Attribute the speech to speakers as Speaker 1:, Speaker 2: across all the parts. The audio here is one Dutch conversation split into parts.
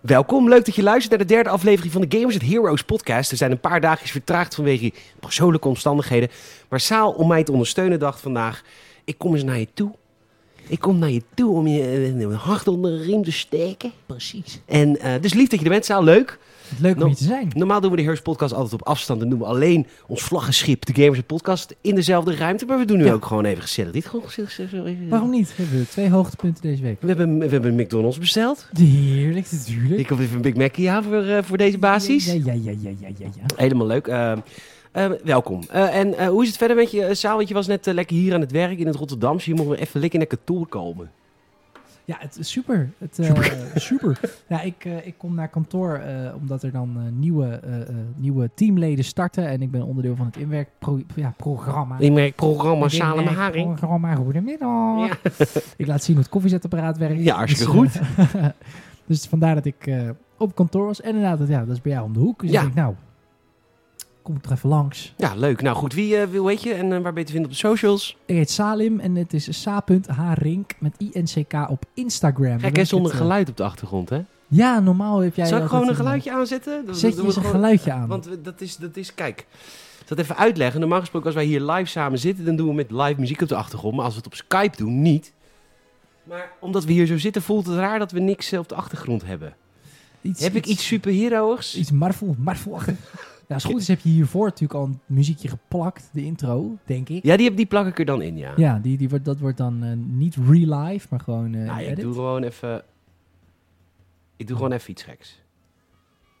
Speaker 1: Welkom, leuk dat je luistert naar de derde aflevering van de Gamers at Heroes podcast. We zijn een paar dagjes vertraagd vanwege persoonlijke omstandigheden. Maar Saal, om mij te ondersteunen, dacht vandaag... ik kom eens naar je toe. Ik kom naar je toe om je eh, een hart onder de riem te steken.
Speaker 2: Precies.
Speaker 1: En eh, dus lief dat je er bent, Saal. Leuk.
Speaker 2: Leuk om
Speaker 1: Nou,
Speaker 2: hier te zijn.
Speaker 1: Normaal doen we de Heroes podcast altijd op afstand. Dan doen we alleen ons vlaggenschip, de Gamers at podcast, in dezelfde ruimte. Maar we doen nu
Speaker 2: Ja.
Speaker 1: ook gewoon even gezellig. Dit gewoon gezellig. gezellig, gezellig.
Speaker 2: Waarom niet? We hebben twee hoogtepunten deze week.
Speaker 1: We hebben, we hebben McDonald's besteld.
Speaker 2: Heerlijk, natuurlijk.
Speaker 1: Ik heb even een Big Mackie aan voor, eh, voor deze basis.
Speaker 2: Ja, ja, ja, ja, ja, ja. ja.
Speaker 1: Helemaal leuk. Ehm, ehm, welkom. Eh, en eh, hoe is het verder met je eh, Saal? Want je was net eh, lekker hier aan het werk in het Rotterdamse. Je mocht weer even lekker naar kantoor komen.
Speaker 2: Ja, het is super. Het, eh, super. Ja, ik, eh, ik kom naar kantoor eh, omdat er dan eh, nieuwe, eh, eh, nieuwe teamleden starten. En ik ben onderdeel van het inwerkprogramma. Ja, programma.
Speaker 1: In mijn programma
Speaker 2: Het
Speaker 1: Salem Haring.
Speaker 2: inwerkprogramma, goedemiddag.
Speaker 1: Ja.
Speaker 2: Ik laat zien hoe het koffiezetapparaat werkt.
Speaker 1: Ja, hartstikke
Speaker 2: Dus, eh, dus vandaar dat ik eh, op kantoor was. En inderdaad, dat- ja, dat is bij jou om de hoek. Dus
Speaker 1: Ja.
Speaker 2: ik denk, nou, kom ik er even langs.
Speaker 1: ja, leuk. Nou goed, wie eh, wie- hoe heet je en eh, waar ben je te vinden op de socials?
Speaker 2: Ik heet Salim en het is sa.hrink met INCK op Instagram. Dan
Speaker 1: Gek
Speaker 2: weet
Speaker 1: hè,
Speaker 2: ik
Speaker 1: zonder
Speaker 2: het,
Speaker 1: geluid op de achtergrond, hè?
Speaker 2: eh. Ja, normaal heb jij...
Speaker 1: Zal ik
Speaker 2: altijd eh,
Speaker 1: gewoon een geluidje aanzetten? Dat-
Speaker 2: Zet
Speaker 1: dat
Speaker 2: je
Speaker 1: we
Speaker 2: eens een
Speaker 1: gewoon-
Speaker 2: geluidje aan.
Speaker 1: Want we- dat is, dat is, kijk, ik zal het even uitleggen. Normaal gesproken, als wij hier live samen zitten, dan doen we met live muziek op de achtergrond. Maar als we het op Skype doen, niet. Maar omdat we hier zo zitten, voelt het raar dat we niks eh, op de achtergrond hebben.
Speaker 2: Iets,
Speaker 1: Heb ik iets superheroïgs?
Speaker 2: Iets marvel, marvelachtig. ja, als het goed is heb je hiervoor natuurlijk al een muziekje geplakt, de intro, denk ik.
Speaker 1: Ja, die, heb- die plak ik er dan in, ja.
Speaker 2: Ja, die, die wordt, dat wordt dan eh, niet re-live, maar gewoon eh
Speaker 1: Nou, ik
Speaker 2: edit.
Speaker 1: doe gewoon even... Ik doe gewoon even iets geks.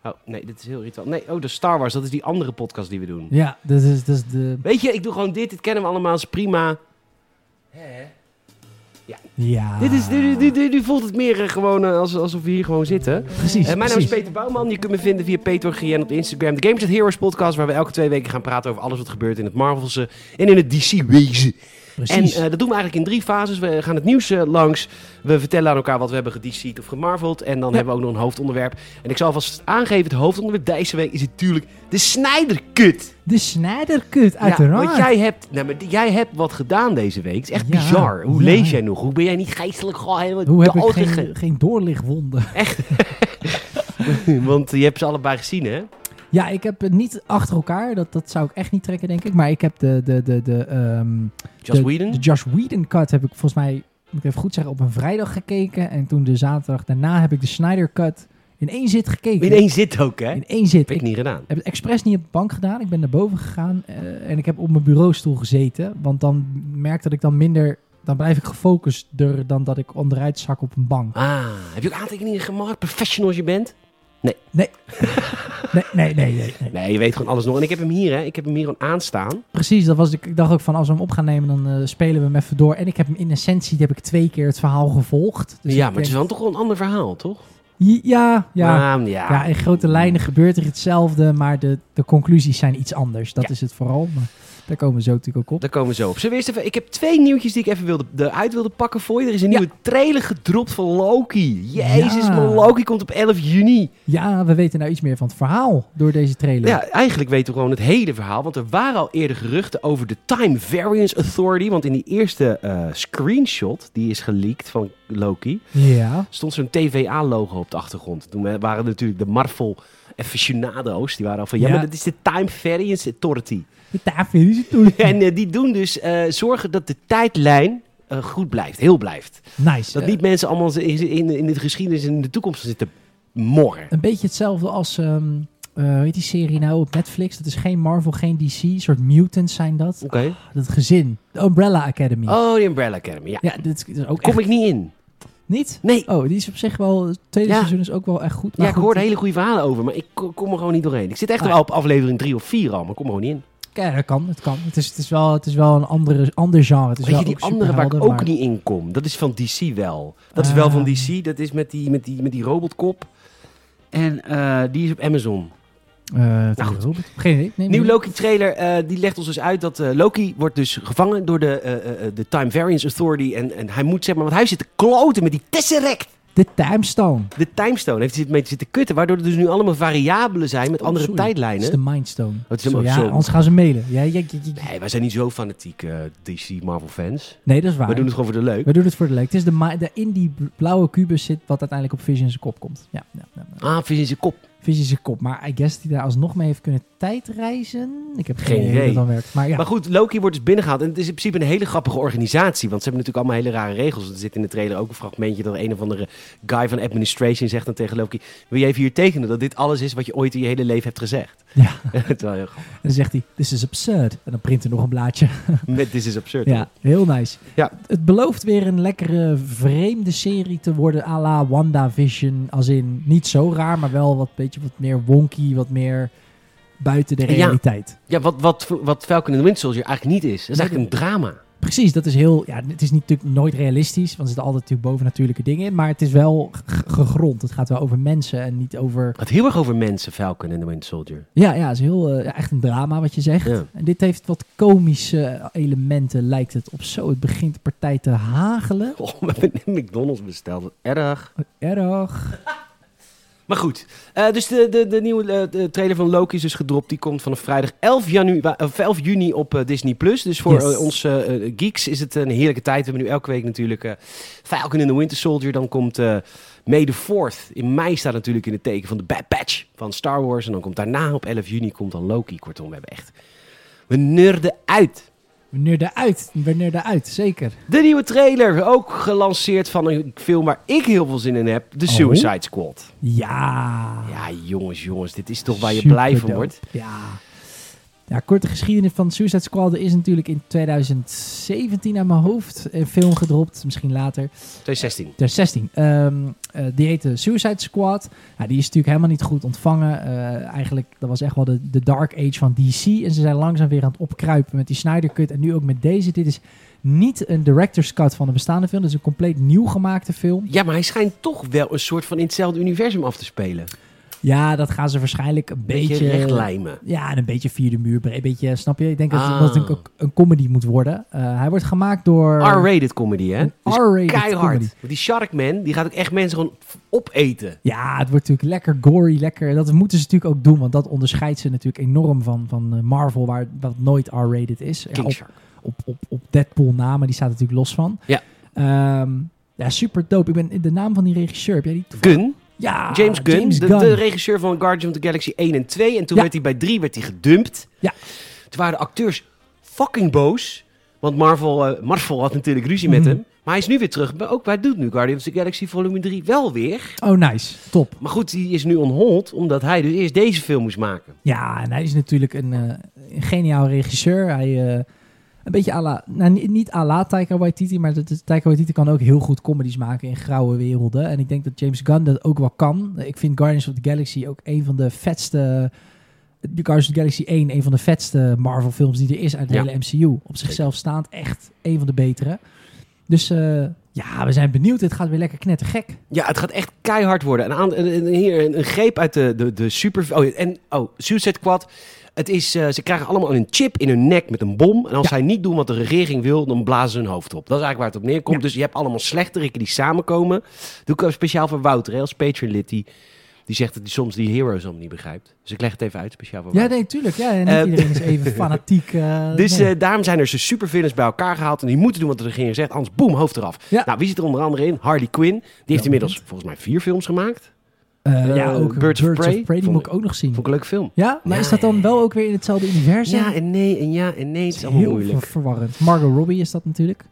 Speaker 1: Oh, nee, dit is heel irritant. Nee, oh, de Star Wars, dat is die andere podcast die we doen.
Speaker 2: Ja, dat is, dat is de...
Speaker 1: Weet je, ik doe gewoon dit. Dit kennen we allemaal, is prima.
Speaker 2: Ja.
Speaker 1: Dit is, nu, nu, nu, nu voelt het meer eh, gewoon eh, als, alsof we hier gewoon zitten.
Speaker 2: Precies,
Speaker 1: Eh, mijn naam is
Speaker 2: precies.
Speaker 1: Peter Bouwman. Je kunt me vinden via PeterGN op Instagram. De Games at Heroes podcast, waar we elke twee weken gaan praten over alles wat gebeurt in het Marvelse en in het DC-wezen. En
Speaker 2: Precies.
Speaker 1: eh, dat doen we eigenlijk in drie fases. We gaan het nieuws eh, langs. We vertellen aan elkaar wat we hebben gedC'd of gemarveld. En dan
Speaker 2: Ja.
Speaker 1: hebben we ook nog een hoofdonderwerp. En ik zal alvast aangeven, het hoofdonderwerp deze week is natuurlijk de Snijderkut.
Speaker 2: de Snijderkut, uiteraard.
Speaker 1: want jij hebt, nou, maar jij hebt wat gedaan deze week. Het is echt
Speaker 2: Ja,
Speaker 1: bizar. Hoe
Speaker 2: ja.
Speaker 1: lees jij nog? Hoe ben jij niet geestelijk gewoon helemaal
Speaker 2: Hoe heb ik
Speaker 1: dood
Speaker 2: geen, geen doorlichtwonden?
Speaker 1: gegaan? Want je hebt ze allebei gezien, hè?
Speaker 2: Ja, ik heb het niet achter elkaar. Dat, dat zou ik echt niet trekken, denk ik. Maar ik heb de, de, de, de, ehm,
Speaker 1: Joss
Speaker 2: de,
Speaker 1: Whedon?
Speaker 2: de Josh Whedon cut heb ik volgens mij, moet ik even goed zeggen, op een vrijdag gekeken. En toen de zaterdag daarna heb ik de Snyder cut in één zit gekeken.
Speaker 1: In één zit ook, hè?
Speaker 2: In één zit.
Speaker 1: Heb ik niet gedaan.
Speaker 2: heb het expres niet op de bank gedaan. Ik ben naar boven gegaan eh, en ik heb op mijn bureaustoel gezeten. Want dan merk dat ik dan minder, dan blijf ik gefocuster dan dat ik onderuit zak op een bank.
Speaker 1: Ah, heb je ook aantekeningen gemaakt? Professional als je bent?
Speaker 2: Nee, nee, nee, nee. nee.
Speaker 1: Nee, je weet gewoon alles nog. En ik heb hem hier, hè? Ik heb hem hier gewoon aanstaan.
Speaker 2: Precies, dat was, ik, ik dacht ook van als we hem op gaan nemen, dan eh, spelen we hem even door. En ik heb hem in essentie heb ik twee keer het verhaal gevolgd. Dus
Speaker 1: ja,
Speaker 2: ik
Speaker 1: maar het is
Speaker 2: denk-
Speaker 1: dan toch wel een ander verhaal, toch?
Speaker 2: Ja, ja.
Speaker 1: Ah, ja.
Speaker 2: Ja, in grote lijnen gebeurt er hetzelfde, maar de, de conclusies zijn iets anders. Dat
Speaker 1: Ja.
Speaker 2: is het vooral, maar daar komen we zo natuurlijk ook op.
Speaker 1: Daar komen we zo op. Zullen we eerst even, ik heb twee nieuwtjes die ik even wilde, eruit wilde pakken voor je. Er is een
Speaker 2: Ja.
Speaker 1: nieuwe trailer gedropt van Loki. Jezus,
Speaker 2: Ja.
Speaker 1: man, Loki komt op 11 juni.
Speaker 2: Ja, we weten nou iets meer van het verhaal door deze trailer.
Speaker 1: Ja, eigenlijk weten we gewoon het hele verhaal. Want er waren al eerder geruchten over de Time Variance Authority. Want in die eerste eh, screenshot, die is geleakt van Loki...
Speaker 2: Ja.
Speaker 1: stond zo'n TVA-logo op de achtergrond. Toen waren natuurlijk de Marvel aficionado's. Die waren al van, ja,
Speaker 2: Ja.
Speaker 1: maar dat is de Time Variance Authority.
Speaker 2: De tafel is het toen.
Speaker 1: en eh, die doen dus eh, zorgen dat de tijdlijn eh, goed blijft, heel blijft.
Speaker 2: Nice.
Speaker 1: Dat
Speaker 2: Eh,
Speaker 1: niet mensen allemaal in, in, in de geschiedenis en in de toekomst zitten morren.
Speaker 2: Een beetje hetzelfde als, ehm eh, hoe heet die serie nou op Netflix? Dat is geen Marvel, geen DC, een soort mutants zijn dat.
Speaker 1: Oké.
Speaker 2: Dat gezin, de Umbrella Academy.
Speaker 1: Oh, de Umbrella Academy, ja.
Speaker 2: Ja, dit is ook
Speaker 1: Kom
Speaker 2: echt-
Speaker 1: ik niet in.
Speaker 2: Niet?
Speaker 1: Nee.
Speaker 2: Oh, die is op zich wel. Het tweede
Speaker 1: Ja.
Speaker 2: seizoen is ook wel echt goed.
Speaker 1: Ja, ik
Speaker 2: goed,
Speaker 1: hoorde hele goede verhalen over, maar ik ko- kom er gewoon niet doorheen. Ik zit echt
Speaker 2: Ah.
Speaker 1: al op aflevering 3 of 4 al, maar ik kom er gewoon niet in.
Speaker 2: Ja, dat kan. Het, kan. Het, is, het, is wel, het is wel een andere, ander genre. Het is
Speaker 1: Weet
Speaker 2: Dus wel
Speaker 1: je, die
Speaker 2: ook
Speaker 1: andere waar ik ook
Speaker 2: superhelden, maar-
Speaker 1: niet in kom, dat is van DC wel. Dat is wel van
Speaker 2: Ah.
Speaker 1: DC, dat is met die, met die, met die robotkop. En eh, die is op Amazon.
Speaker 2: Eh, het
Speaker 1: Nou,
Speaker 2: is Robert. Geen idee. Nee,
Speaker 1: Nieuw
Speaker 2: maar-
Speaker 1: Loki-trailer, eh, die legt ons dus uit dat eh, Loki wordt dus gevangen door de, eh, eh, eh, de Time Variance Authority. En, en hij moet, zeg maar, want hij zit te kloten met die Tesseract.
Speaker 2: De timestone.
Speaker 1: De timestone heeft hij mee zitten kutten, waardoor er dus nu allemaal variabelen zijn met
Speaker 2: Oh,
Speaker 1: andere
Speaker 2: sorry. Dat
Speaker 1: tijdlijnen.
Speaker 2: is de mindstone.
Speaker 1: Dat is hem
Speaker 2: Zo,
Speaker 1: ook
Speaker 2: ja,
Speaker 1: zo.
Speaker 2: anders gaan ze mailen. Ja, ja, ja, ja, ja.
Speaker 1: Nee, wij zijn niet zo fanatiek eh, DC Marvel fans.
Speaker 2: Nee, dat is waar.
Speaker 1: We doen het gewoon voor de leuk.
Speaker 2: We doen het voor de leuk. Het is de, ma- de in die bl- blauwe kubus zit wat uiteindelijk op Vision zijn kop komt. Ja, ja, ja, ja.
Speaker 1: Ah, vis in zijn kop.
Speaker 2: Vision zijn kop. Maar I guess die daar alsnog mee heeft kunnen tijdreizen. Ik heb geen,
Speaker 1: Geen
Speaker 2: idee hoe
Speaker 1: idee.
Speaker 2: dat dan werkt. Maar ja,
Speaker 1: Maar goed, Loki wordt dus binnengehaald. En het is in principe een hele grappige organisatie. Want ze hebben natuurlijk allemaal hele rare regels. Er zit in de trailer ook een fragmentje dat een of andere guy van administration zegt dan tegen Loki... Wil je even hier tekenen dat dit alles is wat je ooit in je hele leven hebt gezegd?
Speaker 2: Ja.
Speaker 1: Terwijl heel grappig.
Speaker 2: en dan zegt hij, this is absurd. En dan print er nog een blaadje.
Speaker 1: Met This is Absurd.
Speaker 2: Ja, heel nice.
Speaker 1: Ja.
Speaker 2: Het belooft weer een lekkere, vreemde serie te worden à la WandaVision. Als in, niet zo raar, maar wel wat, beetje wat meer wonky, wat meer buiten de
Speaker 1: Ja.
Speaker 2: realiteit.
Speaker 1: Ja, wat, wat, wat Falcon and the Winter Soldier eigenlijk niet is. Dat is eigenlijk een drama.
Speaker 2: Precies, dat is heel. Ja, het is niet- natuurlijk nooit realistisch, want er zitten altijd natuurlijk bovennatuurlijke dingen in. Maar het is wel g- gegrond. Het gaat wel over mensen en niet over.
Speaker 1: Het gaat heel erg over mensen, Falcon and the Winter Soldier.
Speaker 2: Ja, ja, het is heel eh, ja, echt een drama wat je zegt.
Speaker 1: Ja.
Speaker 2: En dit heeft wat komische elementen, lijkt het op zo. Het begint de partij te hagelen.
Speaker 1: Oh, we hebben een McDonald's besteld. Wat Erg.
Speaker 2: Erg.
Speaker 1: Maar goed, eh, dus de, de, de nieuwe eh, de trailer van Loki is dus gedropt. Die komt vanaf vrijdag 11, janu eh, 11 juni op eh, Disney+. Plus. Dus voor
Speaker 2: Yes.
Speaker 1: onze ons eh, eh, geeks is het een heerlijke tijd. We hebben nu elke week natuurlijk eh, Falcon and the Winter Soldier. Dan komt eh May the 4th. In mei staat natuurlijk in het teken van de Bad Batch van Star Wars. En dan komt daarna op 11 juni komt dan Loki. Kortom, we hebben echt... We nerden uit.
Speaker 2: Wanneer eruit, wanneer eruit, zeker.
Speaker 1: De nieuwe trailer, ook gelanceerd van een film waar ik heel veel zin in heb. The
Speaker 2: Oh.
Speaker 1: Suicide Squad.
Speaker 2: Ja.
Speaker 1: Ja, jongens, jongens. Dit is toch waar je
Speaker 2: Super
Speaker 1: blij van
Speaker 2: dope.
Speaker 1: wordt.
Speaker 2: Ja. Ja, korte geschiedenis van Suicide Squad. Er is natuurlijk in 2017 aan mijn hoofd een film gedropt. Misschien later.
Speaker 1: 2016.
Speaker 2: 2016. Ehm, eh, die heette Suicide Squad. Ja, die is natuurlijk helemaal niet goed ontvangen. Eh, eigenlijk, dat was echt wel de, de dark age van DC. En ze zijn langzaam weer aan het opkruipen met die Snyder Cut. En nu ook met deze. Dit is niet een director's cut van een bestaande film. Dit is een compleet nieuw gemaakte film.
Speaker 1: Ja, maar hij schijnt toch wel een soort van in hetzelfde universum af te spelen.
Speaker 2: Ja, dat gaan ze waarschijnlijk een
Speaker 1: Beetje,
Speaker 2: beetje... eh,
Speaker 1: rechtlijmen.
Speaker 2: Ja, en een beetje via de muur. Een beetje, snap je? Ik denk dat,
Speaker 1: Ah.
Speaker 2: dat het ook een comedy moet worden. Eh, hij wordt gemaakt door...
Speaker 1: R-rated comedy, hè?
Speaker 2: een
Speaker 1: Dus
Speaker 2: eh, R-rated
Speaker 1: keihard.
Speaker 2: comedy.
Speaker 1: Want die Sharkman, die gaat ook echt mensen gewoon f- opeten.
Speaker 2: Ja, het wordt natuurlijk lekker gory, lekker. Dat moeten ze natuurlijk ook doen, want dat onderscheidt ze natuurlijk enorm van, van eh, Marvel, waar dat nooit R-rated is. Ja,
Speaker 1: King
Speaker 2: op,
Speaker 1: Shark.
Speaker 2: op, op, op Deadpool namen, die staat natuurlijk los van.
Speaker 1: Ja.
Speaker 2: Ehm, ja, super dope. Ik ben de naam van die regisseur. Heb jij die?
Speaker 1: Gunn,
Speaker 2: Ja,
Speaker 1: James Gunn,
Speaker 2: Ah, James
Speaker 1: de,
Speaker 2: Gunn.
Speaker 1: de regisseur van Guardians of the Galaxy 1 en 2. En toen
Speaker 2: Ja.
Speaker 1: werd hij bij 3 werd hij gedumpt.
Speaker 2: Ja.
Speaker 1: Toen waren de acteurs fucking boos. Want Marvel, eh, Marvel had natuurlijk ruzie met
Speaker 2: Mhm.
Speaker 1: hem. Maar hij is nu weer terug. bij- Ook wij doet nu Guardians of the Galaxy volume 3 wel weer.
Speaker 2: Oh, nice. Top.
Speaker 1: Maar goed, die is nu on hold. Omdat hij dus eerst deze film moest maken.
Speaker 2: Ja, en hij is natuurlijk een, eh, een geniaal regisseur. Hij, eh, een beetje à la, nou, ni- niet à la Taika Waititi, maar dat is- Taika Waititi kan ook heel goed comedies maken in grauwe werelden. En ik denk dat James Gunn dat ook wel kan. Ik vind Guardians of the Galaxy ook een van de vetste... De Guardians of the Galaxy 1, een van de vetste Marvel films die er is uit de
Speaker 1: Ja.
Speaker 2: hele MCU. Op zichzelf staand echt een van de betere. Dus eh, ja, we zijn benieuwd. Het gaat weer lekker knettergek.
Speaker 1: Ja, het gaat echt keihard worden. En aan, en- en hier een, een greep uit de, de, de super... Oh, en, oh Suicide Squad. Het is, eh, ze krijgen allemaal een chip in hun nek met een bom. En als zij niet doen wat de regering wil, dan blazen ze hun hoofd op. Dat is eigenlijk waar het op neerkomt.
Speaker 2: Ja.
Speaker 1: Dus je hebt allemaal slechteriken die samenkomen. Doe ik ook speciaal voor Wouter, hè, als Patreon-lid. Die, die zegt dat hij soms die heroes allemaal niet begrijpt. Dus ik leg het even uit, speciaal voor
Speaker 2: Ja,
Speaker 1: Wouter.
Speaker 2: nee, tuurlijk. Ja, en
Speaker 1: Eh,
Speaker 2: niet iedereen is even fanatiek. eh,
Speaker 1: Dus
Speaker 2: nee.
Speaker 1: eh, daarom zijn er ze supervillains bij elkaar gehaald. En die moeten doen wat de regering zegt, anders boem, hoofd eraf.
Speaker 2: Ja.
Speaker 1: Nou, wie zit er onder andere in? Harley Quinn. Die heeft inmiddels volgens mij vier films gemaakt.
Speaker 2: Eh,
Speaker 1: Eh,
Speaker 2: ja, ook Birds, of Prey, die
Speaker 1: vond
Speaker 2: moet
Speaker 1: ik-
Speaker 2: ik ook nog zien.
Speaker 1: Vond ik een leuke film.
Speaker 2: Ja, maar
Speaker 1: Ja,
Speaker 2: is dat dan
Speaker 1: ja, ja.
Speaker 2: wel ook weer in hetzelfde universum?
Speaker 1: Ja en nee en ja en nee. Het is
Speaker 2: heel
Speaker 1: allemaal moeilijk.
Speaker 2: ver- verwarrend. Margot Robbie is dat natuurlijk.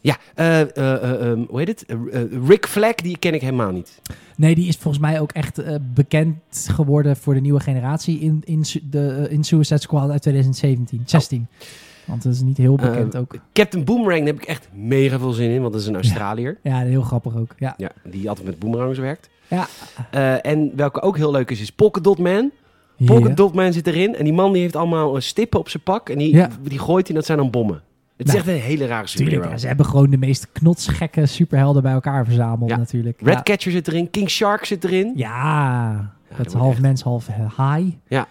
Speaker 1: Ja, eh, eh, eh, eh, hoe heet het? Eh, eh, Rick Flag, die ken ik helemaal niet.
Speaker 2: Nee, die is volgens mij ook echt eh, bekend geworden voor de nieuwe generatie in, in, su- de, eh, in Suicide Squad uit 2017, 16. Want dat is niet heel bekend
Speaker 1: Oh. Eh,
Speaker 2: ook.
Speaker 1: Captain Boomerang, daar heb ik echt mega veel zin in, want dat is een Australiër.
Speaker 2: Ja, heel grappig ook. Ja.
Speaker 1: Ja, die altijd met boomerangs werkt.
Speaker 2: Ja.
Speaker 1: Eh, en welke ook heel leuk is, is Polka Dot Man.
Speaker 2: Ja.
Speaker 1: Polka Dot Man zit erin en die man die heeft allemaal eh, stippen op zijn pak en die,
Speaker 2: Ja.
Speaker 1: die gooit en dat zijn dan bommen. Het is
Speaker 2: Nou,
Speaker 1: echt een hele rare
Speaker 2: Tuurlijk,
Speaker 1: superhero.
Speaker 2: ja, ze hebben gewoon de meest knotsgekke superhelden bij elkaar verzameld
Speaker 1: Ja.
Speaker 2: natuurlijk. ja.
Speaker 1: Redcatcher zit erin, King Shark zit erin.
Speaker 2: Ja, dat
Speaker 1: dat
Speaker 2: is half
Speaker 1: wordt
Speaker 2: mens, half eh, haai.
Speaker 1: Ja.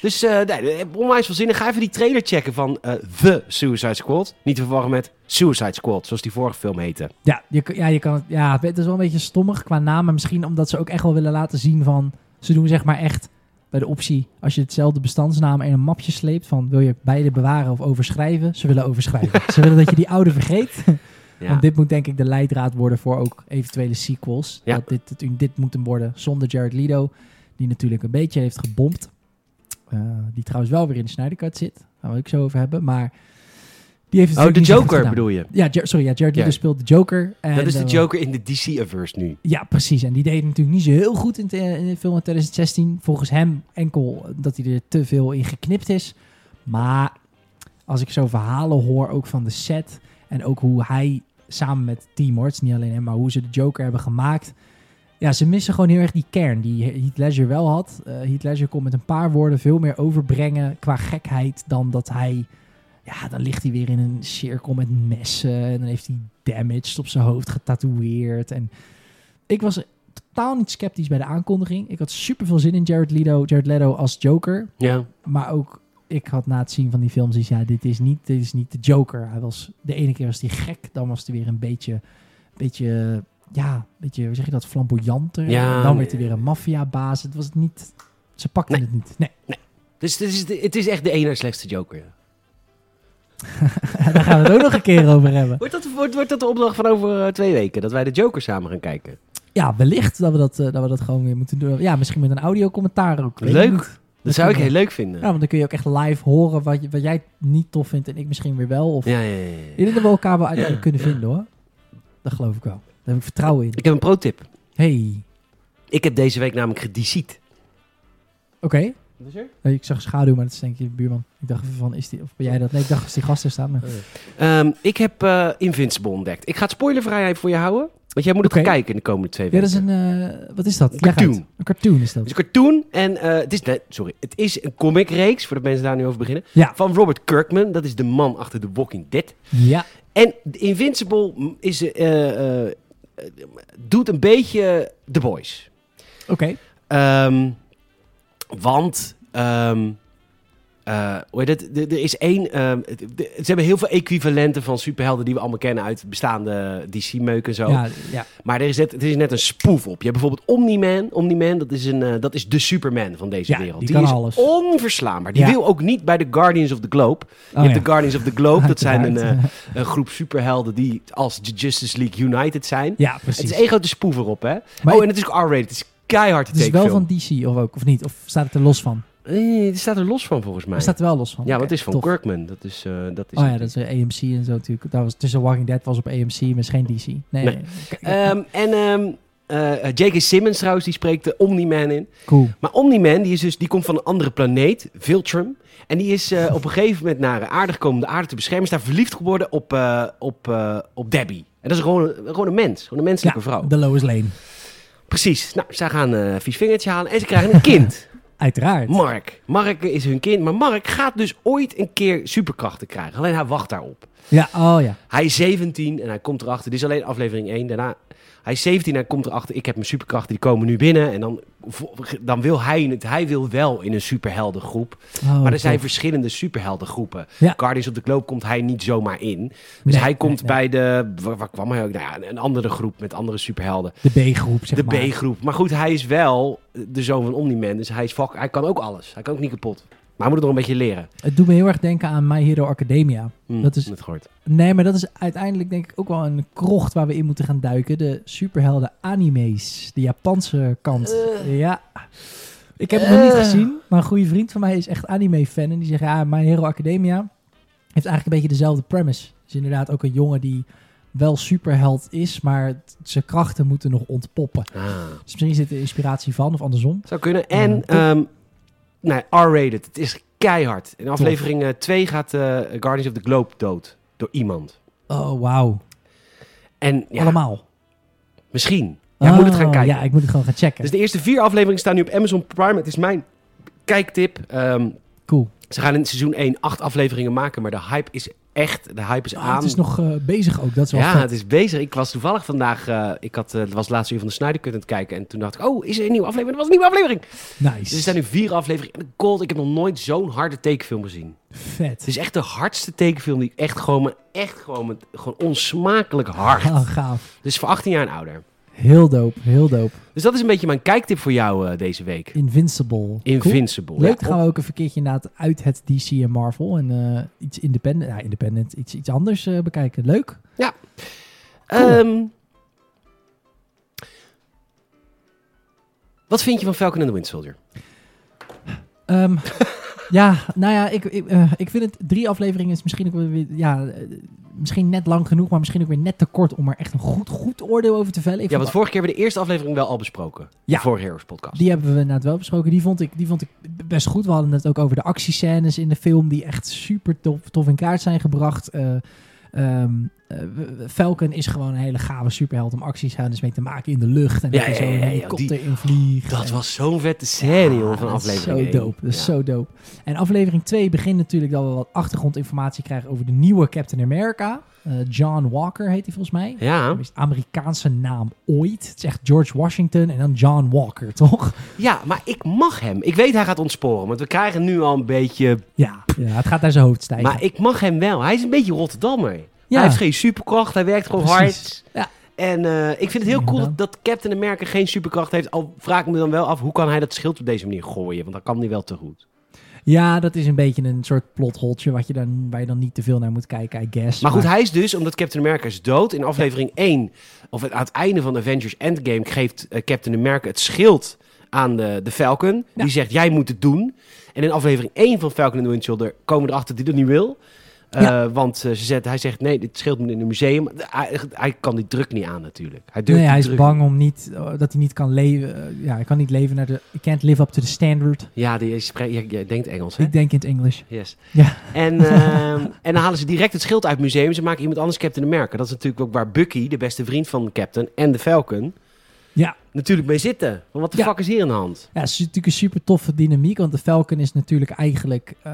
Speaker 1: Dus eh nee, eh, onwijs veel zin in. Ga even die trailer checken van eh, The Suicide Squad. Niet te verwarren met Suicide Squad, zoals die vorige film heette.
Speaker 2: Ja, je, kan- ja, je kan het, ja, het is wel een beetje stommig qua naam. Maar misschien omdat ze ook echt wel willen laten zien van... Ze doen zeg maar echt bij de optie... Als je hetzelfde bestandsnaam in een mapje sleept van... Wil je beide bewaren of overschrijven? Ze willen overschrijven. ze willen dat je die oude vergeet.
Speaker 1: Ja.
Speaker 2: Want dit moet denk ik de leidraad worden voor ook eventuele sequels.
Speaker 1: Ja.
Speaker 2: Dat dit, dit, dit moet hem worden zonder Jared Leto. Die natuurlijk een beetje heeft gebompt. Eh, die trouwens wel weer in de snijderkart zit. Gaan we ook zo over hebben. Maar die heeft
Speaker 1: Oh,
Speaker 2: natuurlijk
Speaker 1: de
Speaker 2: niet zo goed
Speaker 1: Joker
Speaker 2: gedaan.
Speaker 1: bedoel je?
Speaker 2: Ja, Jar- sorry, ja, Jared Leto
Speaker 1: Ja.
Speaker 2: speelt de Joker. En,
Speaker 1: Dat is de
Speaker 2: eh,
Speaker 1: Joker in de DC-averse nu.
Speaker 2: ja, precies. En die deed het natuurlijk niet zo heel goed in, te- in de film in 2016. Volgens hem enkel dat hij er te veel in geknipt is. Maar als ik zo verhalen hoor, ook van de set... en ook hoe hij samen met het team, hoor, het is niet alleen hem... maar hoe ze de Joker hebben gemaakt... Ja, ze missen gewoon heel erg die kern die Heath Ledger wel had. Eh Heath Ledger kon met een paar woorden veel meer overbrengen qua gekheid dan dat hij... Ja, dan ligt hij weer in een cirkel met messen en dan heeft hij damage op zijn hoofd getatoeëerd. En ik was totaal niet sceptisch bij de aankondiging. Ik had super veel zin in Jared Leto, Jared Leto als Joker.
Speaker 1: Ja.
Speaker 2: Maar ook, ik had na het zien van die films, iets, ja, dit is niet, dit is niet de Joker. Hij was, de ene keer was hij gek, dan was hij weer een beetje, beetje, ja, een beetje, hoe zeg je dat, flamboyanter.
Speaker 1: Ja,
Speaker 2: dan werd hij
Speaker 1: nee.
Speaker 2: weer een maffiabaas. Het was niet, ze pakten
Speaker 1: Nee.
Speaker 2: het niet. Nee,
Speaker 1: Dus het is, de- het is echt de ene slechtste Joker. ja.
Speaker 2: daar gaan we het ook nog een keer over hebben.
Speaker 1: Wordt dat, wordt, wordt dat de opdracht van over eh, twee weken? Dat wij de Joker samen gaan kijken?
Speaker 2: Ja, wellicht dat we dat, eh, dat we dat gewoon weer moeten doen. Ja, misschien met een audiocommentaar ook. Weet ik
Speaker 1: Leuk.
Speaker 2: niet.
Speaker 1: Dat zou ik
Speaker 2: kunnen
Speaker 1: heel
Speaker 2: we.
Speaker 1: leuk vinden.
Speaker 2: Ja, want dan kun je ook echt live horen wat, je- wat jij niet tof vindt en ik misschien weer wel. Of
Speaker 1: Ja, ja, ja, ja.
Speaker 2: Ik denk dat we elkaar wel uiteindelijk kunnen vinden hoor. Dat geloof ik wel. Daar heb ik vertrouwen in.
Speaker 1: Ik heb een pro-tip.
Speaker 2: Hey,
Speaker 1: Ik heb deze week namelijk gedicied.
Speaker 2: oké. Nee, Ik zag schaduw, maar dat is denk ik je buurman. Ik dacht even van, is die, of ben jij dat? Nee, ik dacht als die gast er staat. Maar...
Speaker 1: Ehm, ik heb eh, Invincible ontdekt. Ik ga het spoilervrijheid voor je houden. Want jij moet het
Speaker 2: Oké.
Speaker 1: gaan kijken in de komende twee
Speaker 2: Ja,
Speaker 1: weken.
Speaker 2: dat is een, eh, wat is dat?
Speaker 1: Een
Speaker 2: Leg uit.
Speaker 1: cartoon.
Speaker 2: Een cartoon is dat.
Speaker 1: Het is een cartoon en eh, het is, nee, sorry, het is een comicreeks, voor de mensen daar nu over beginnen.
Speaker 2: Ja.
Speaker 1: Van Robert Kirkman, dat is de man achter The Walking Dead.
Speaker 2: Ja,
Speaker 1: En The Invincible m, is, eh, eh, doet een beetje The Boys.
Speaker 2: oké.
Speaker 1: Ehm, want, ehm, eh, hoe heet het? Er- er is één. ehm, het- de- ze hebben heel veel equivalenten van superhelden die we allemaal kennen uit bestaande DC-meuk en zo.
Speaker 2: Ja, ja.
Speaker 1: Maar er is, net, er is net een spoof op. Je hebt bijvoorbeeld Omni-Man. Omni-Man, dat is, een, eh, dat is de Superman van deze
Speaker 2: Ja,
Speaker 1: wereld.
Speaker 2: die kan
Speaker 1: is
Speaker 2: alles.
Speaker 1: onverslaanbaar. Die
Speaker 2: Ja.
Speaker 1: wil ook niet bij de Guardians of the Globe. Je
Speaker 2: Oh,
Speaker 1: hebt
Speaker 2: ja.
Speaker 1: de Guardians of the Globe. Dat zijn een,
Speaker 2: Uiteraard.
Speaker 1: eh, een groep superhelden die als de Justice League United zijn.
Speaker 2: ja,
Speaker 1: Het
Speaker 2: precies.
Speaker 1: is één grote spoef erop, hè?
Speaker 2: Maar
Speaker 1: oh,
Speaker 2: ik-
Speaker 1: en het is ook R-rated. Het is keihard te
Speaker 2: Het is wel van DC of ook, of niet? Of staat het er los van?
Speaker 1: Nee, die Eh, staat er los van volgens mij.
Speaker 2: Het staat er wel los van.
Speaker 1: Ja, want
Speaker 2: Oké,
Speaker 1: het is van
Speaker 2: tof.
Speaker 1: Kirkman. Dat is, eh, dat is
Speaker 2: Oh ja, dat is eh, AMC en zo natuurlijk. Dat was, tussen Walking Dead was op AMC, maar is geen DC. Nee.
Speaker 1: Nee.
Speaker 2: Oké,
Speaker 1: Ehm, en ehm, eh, eh, J.K. Simmons trouwens, die spreekt de Omni-Man in.
Speaker 2: cool.
Speaker 1: Maar Omni-Man, die, is dus, die komt van een andere planeet, Viltrum. En die is eh, op een gegeven moment naar aarde gekomen om de aarde te beschermen. Is daar verliefd geworden op, eh, op, eh, op Debbie. En dat is gewoon, gewoon een mens, gewoon een menselijke vrouw.
Speaker 2: de Lois Lane.
Speaker 1: Precies. Nou, zij gaan eh vies vingertje halen en ze krijgen een kind.
Speaker 2: Uiteraard.
Speaker 1: Mark. Mark is hun kind. Maar Mark gaat dus ooit een keer superkrachten krijgen. Alleen hij wacht daarop.
Speaker 2: Ja, oh ja.
Speaker 1: Hij is 17 en hij komt erachter. Dit is alleen aflevering 1. Daarna, hij is 17 en hij komt erachter. Ik heb mijn superkrachten, die komen nu binnen. En dan, dan wil hij het. Hij wil wel in een superheldengroep.
Speaker 2: Oh,
Speaker 1: maar er zijn
Speaker 2: tof.
Speaker 1: verschillende superheldengroepen.
Speaker 2: Ja.
Speaker 1: Guardians of the Globe komt hij niet zomaar in. Dus
Speaker 2: Nee,
Speaker 1: hij komt
Speaker 2: nee,
Speaker 1: bij de... Waar, waar kwam hij ook? Nou ja, een andere groep met andere superhelden.
Speaker 2: de B-groep, zeg
Speaker 1: De
Speaker 2: maar.
Speaker 1: B-groep. Maar goed, hij is wel de zoon van Omni-Man. Dus hij, is fuck, hij kan ook alles. Hij kan ook niet kapot. Maar hij moet het nog een beetje leren.
Speaker 2: Het doet me heel erg denken aan My Hero Academia.
Speaker 1: Hm,
Speaker 2: Dat is-
Speaker 1: net gehoord.
Speaker 2: Nee, maar dat is uiteindelijk denk ik ook wel een krocht waar we in moeten gaan duiken. De superhelden animes. De Japanse kant.
Speaker 1: Eh.
Speaker 2: Ja. Ik heb het nog niet
Speaker 1: Eh.
Speaker 2: gezien, maar een goede vriend van mij is echt anime-fan. En die zegt, ja, My Hero Academia heeft eigenlijk een beetje dezelfde premise. Dus inderdaad ook een jongen die wel superheld is, maar het- zijn krachten moeten nog ontpoppen.
Speaker 1: Ah.
Speaker 2: Dus misschien zit er inspiratie van, of andersom.
Speaker 1: Zou kunnen. En
Speaker 2: Ja, top.
Speaker 1: ehm, nee, R-rated. Het is keihard. In aflevering 2 gaat eh, Guardians of the Globe dood. Door iemand.
Speaker 2: Oh, wauw.
Speaker 1: En ja,
Speaker 2: Allemaal.
Speaker 1: misschien. Jij moet het gaan
Speaker 2: Oh,
Speaker 1: kijken.
Speaker 2: Ja, ik moet het gewoon gaan checken.
Speaker 1: Dus de eerste vier afleveringen staan nu op Amazon Prime. Het is mijn kijktip. Ehm,
Speaker 2: Cool.
Speaker 1: ze gaan in seizoen 1 acht afleveringen maken. Maar de hype is echt, de hype is
Speaker 2: Ja,
Speaker 1: aan.
Speaker 2: het is nog eh, bezig ook, dat is wel
Speaker 1: um, ja,
Speaker 2: vet.
Speaker 1: het is bezig. Ik was toevallig vandaag, eh, ik had, eh, het was het laatste uur van de Snyder Cut aan het kijken. En toen dacht ik, oh, is er een nieuwe aflevering? Er was een nieuwe aflevering. Dus
Speaker 2: Nice.
Speaker 1: er zijn nu vier afleveringen. En God, ik heb nog nooit zo'n harde tekenfilm gezien.
Speaker 2: Vet.
Speaker 1: Het is echt de hardste tekenfilm die ik echt gewoon, echt gewoon, met- gewoon onsmakelijk hard.
Speaker 2: Ah, gaaf.
Speaker 1: Dus voor 18 jaar en ouder.
Speaker 2: Heel dope, heel dope.
Speaker 1: Dus dat is een beetje mijn kijktip voor jou eh, deze week.
Speaker 2: Invincible. Cool.
Speaker 1: Invincible.
Speaker 2: Leuk,
Speaker 1: Ja,
Speaker 2: dan gaan we ook een verkeertje inderdaad uit het DC en Marvel en eh, iets independent, ja, independent iets, iets anders eh, bekijken. Leuk.
Speaker 1: Ehm, wat vind je van Falcon and the Wind Soldier?
Speaker 2: Ehm, ja, nou ja, ik, ik, eh, ik vind het drie afleveringen is misschien ook wel weer, ja, eh, misschien net lang genoeg, maar misschien ook weer net te kort om er echt een goed, goed oordeel over te vellen. Ik
Speaker 1: ja,
Speaker 2: vond-
Speaker 1: want vorige keer hebben we de eerste aflevering wel al besproken.
Speaker 2: Ja.
Speaker 1: De vorige Heroes podcast.
Speaker 2: Die hebben we inderdaad wel besproken. Die vond, ik, die vond ik best goed. We hadden het ook over de actiescènes in de film... die echt super tof, tof in kaart zijn gebracht. Eh, ehm, eh, we- we- Falcon is gewoon een hele gave superheld... om actiescènes mee te maken in de lucht. En
Speaker 1: Ja,
Speaker 2: dat hij
Speaker 1: ja,
Speaker 2: zo
Speaker 1: ja,
Speaker 2: een
Speaker 1: ja, ja,
Speaker 2: helikopter in vliegt.
Speaker 1: Dat
Speaker 2: En-
Speaker 1: was zo'n vette scène, joh, van
Speaker 2: Ah, dat is
Speaker 1: aflevering
Speaker 2: Zo
Speaker 1: één.
Speaker 2: dope. Dat is
Speaker 1: Ja.
Speaker 2: zo dope. En aflevering 2 begint natuurlijk dat we wat achtergrondinformatie krijgen... over de nieuwe Captain America. Eh, John Walker heet hij volgens mij.
Speaker 1: Ja.
Speaker 2: De meest Amerikaanse naam ooit. Het is echt George Washington en dan John Walker, toch?
Speaker 1: ja, maar ik mag hem. Ik weet hij gaat ontsporen, want we krijgen nu al een beetje...
Speaker 2: Ja, ja het gaat naar zijn hoofd stijgen.
Speaker 1: Maar ik mag hem wel. Hij is een beetje Rotterdammer.
Speaker 2: Ja.
Speaker 1: Hij heeft geen superkracht, hij werkt gewoon
Speaker 2: Precies.
Speaker 1: hard.
Speaker 2: Ja.
Speaker 1: En eh, ik vind het heel
Speaker 2: Ja,
Speaker 1: cool
Speaker 2: dan.
Speaker 1: dat, dat Captain America geen superkracht heeft. Al vraag ik me dan wel af, hoe kan hij dat schild op deze manier gooien? Want dat kan hij wel te goed.
Speaker 2: Ja, dat is een beetje een soort plotholtje wat je dan, waar je dan niet te veel naar moet kijken, I guess.
Speaker 1: Maar goed, hij is dus, omdat Captain America is dood, in aflevering 1, of aan het einde van Avengers Endgame, geeft eh, Captain America het schild aan de, de Falcon.
Speaker 2: Ja.
Speaker 1: Die zegt, jij moet het doen. En in aflevering 1 van Falcon and the Winter Soldier komen we erachter dat hij dat niet wil. Eh, Want eh, ze zegt, hij zegt, nee, dit schild moet in een museum. Hij, hij kan die druk niet aan natuurlijk. Hij durft
Speaker 2: nee, hij
Speaker 1: die
Speaker 2: is
Speaker 1: druk
Speaker 2: bang om niet, eh, dat hij niet kan leven. eh, ja, hij kan niet leven naar de... You can't live up to the standard.
Speaker 1: Ja, die is, jij, jij denkt Engels, hè?
Speaker 2: Ik denk in het Engels.
Speaker 1: Yes.
Speaker 2: Ja.
Speaker 1: En, ehm, en dan halen ze direct het schild uit het museum. Ze maken iemand anders Captain America. Dat is natuurlijk ook waar Bucky, de beste vriend van Captain en de Falcon,
Speaker 2: Ja.
Speaker 1: natuurlijk mee zitten. Want wat de
Speaker 2: Ja.
Speaker 1: fuck is hier aan de hand?
Speaker 2: Ja, het is natuurlijk een super toffe dynamiek, want de Falcon is natuurlijk eigenlijk, eh,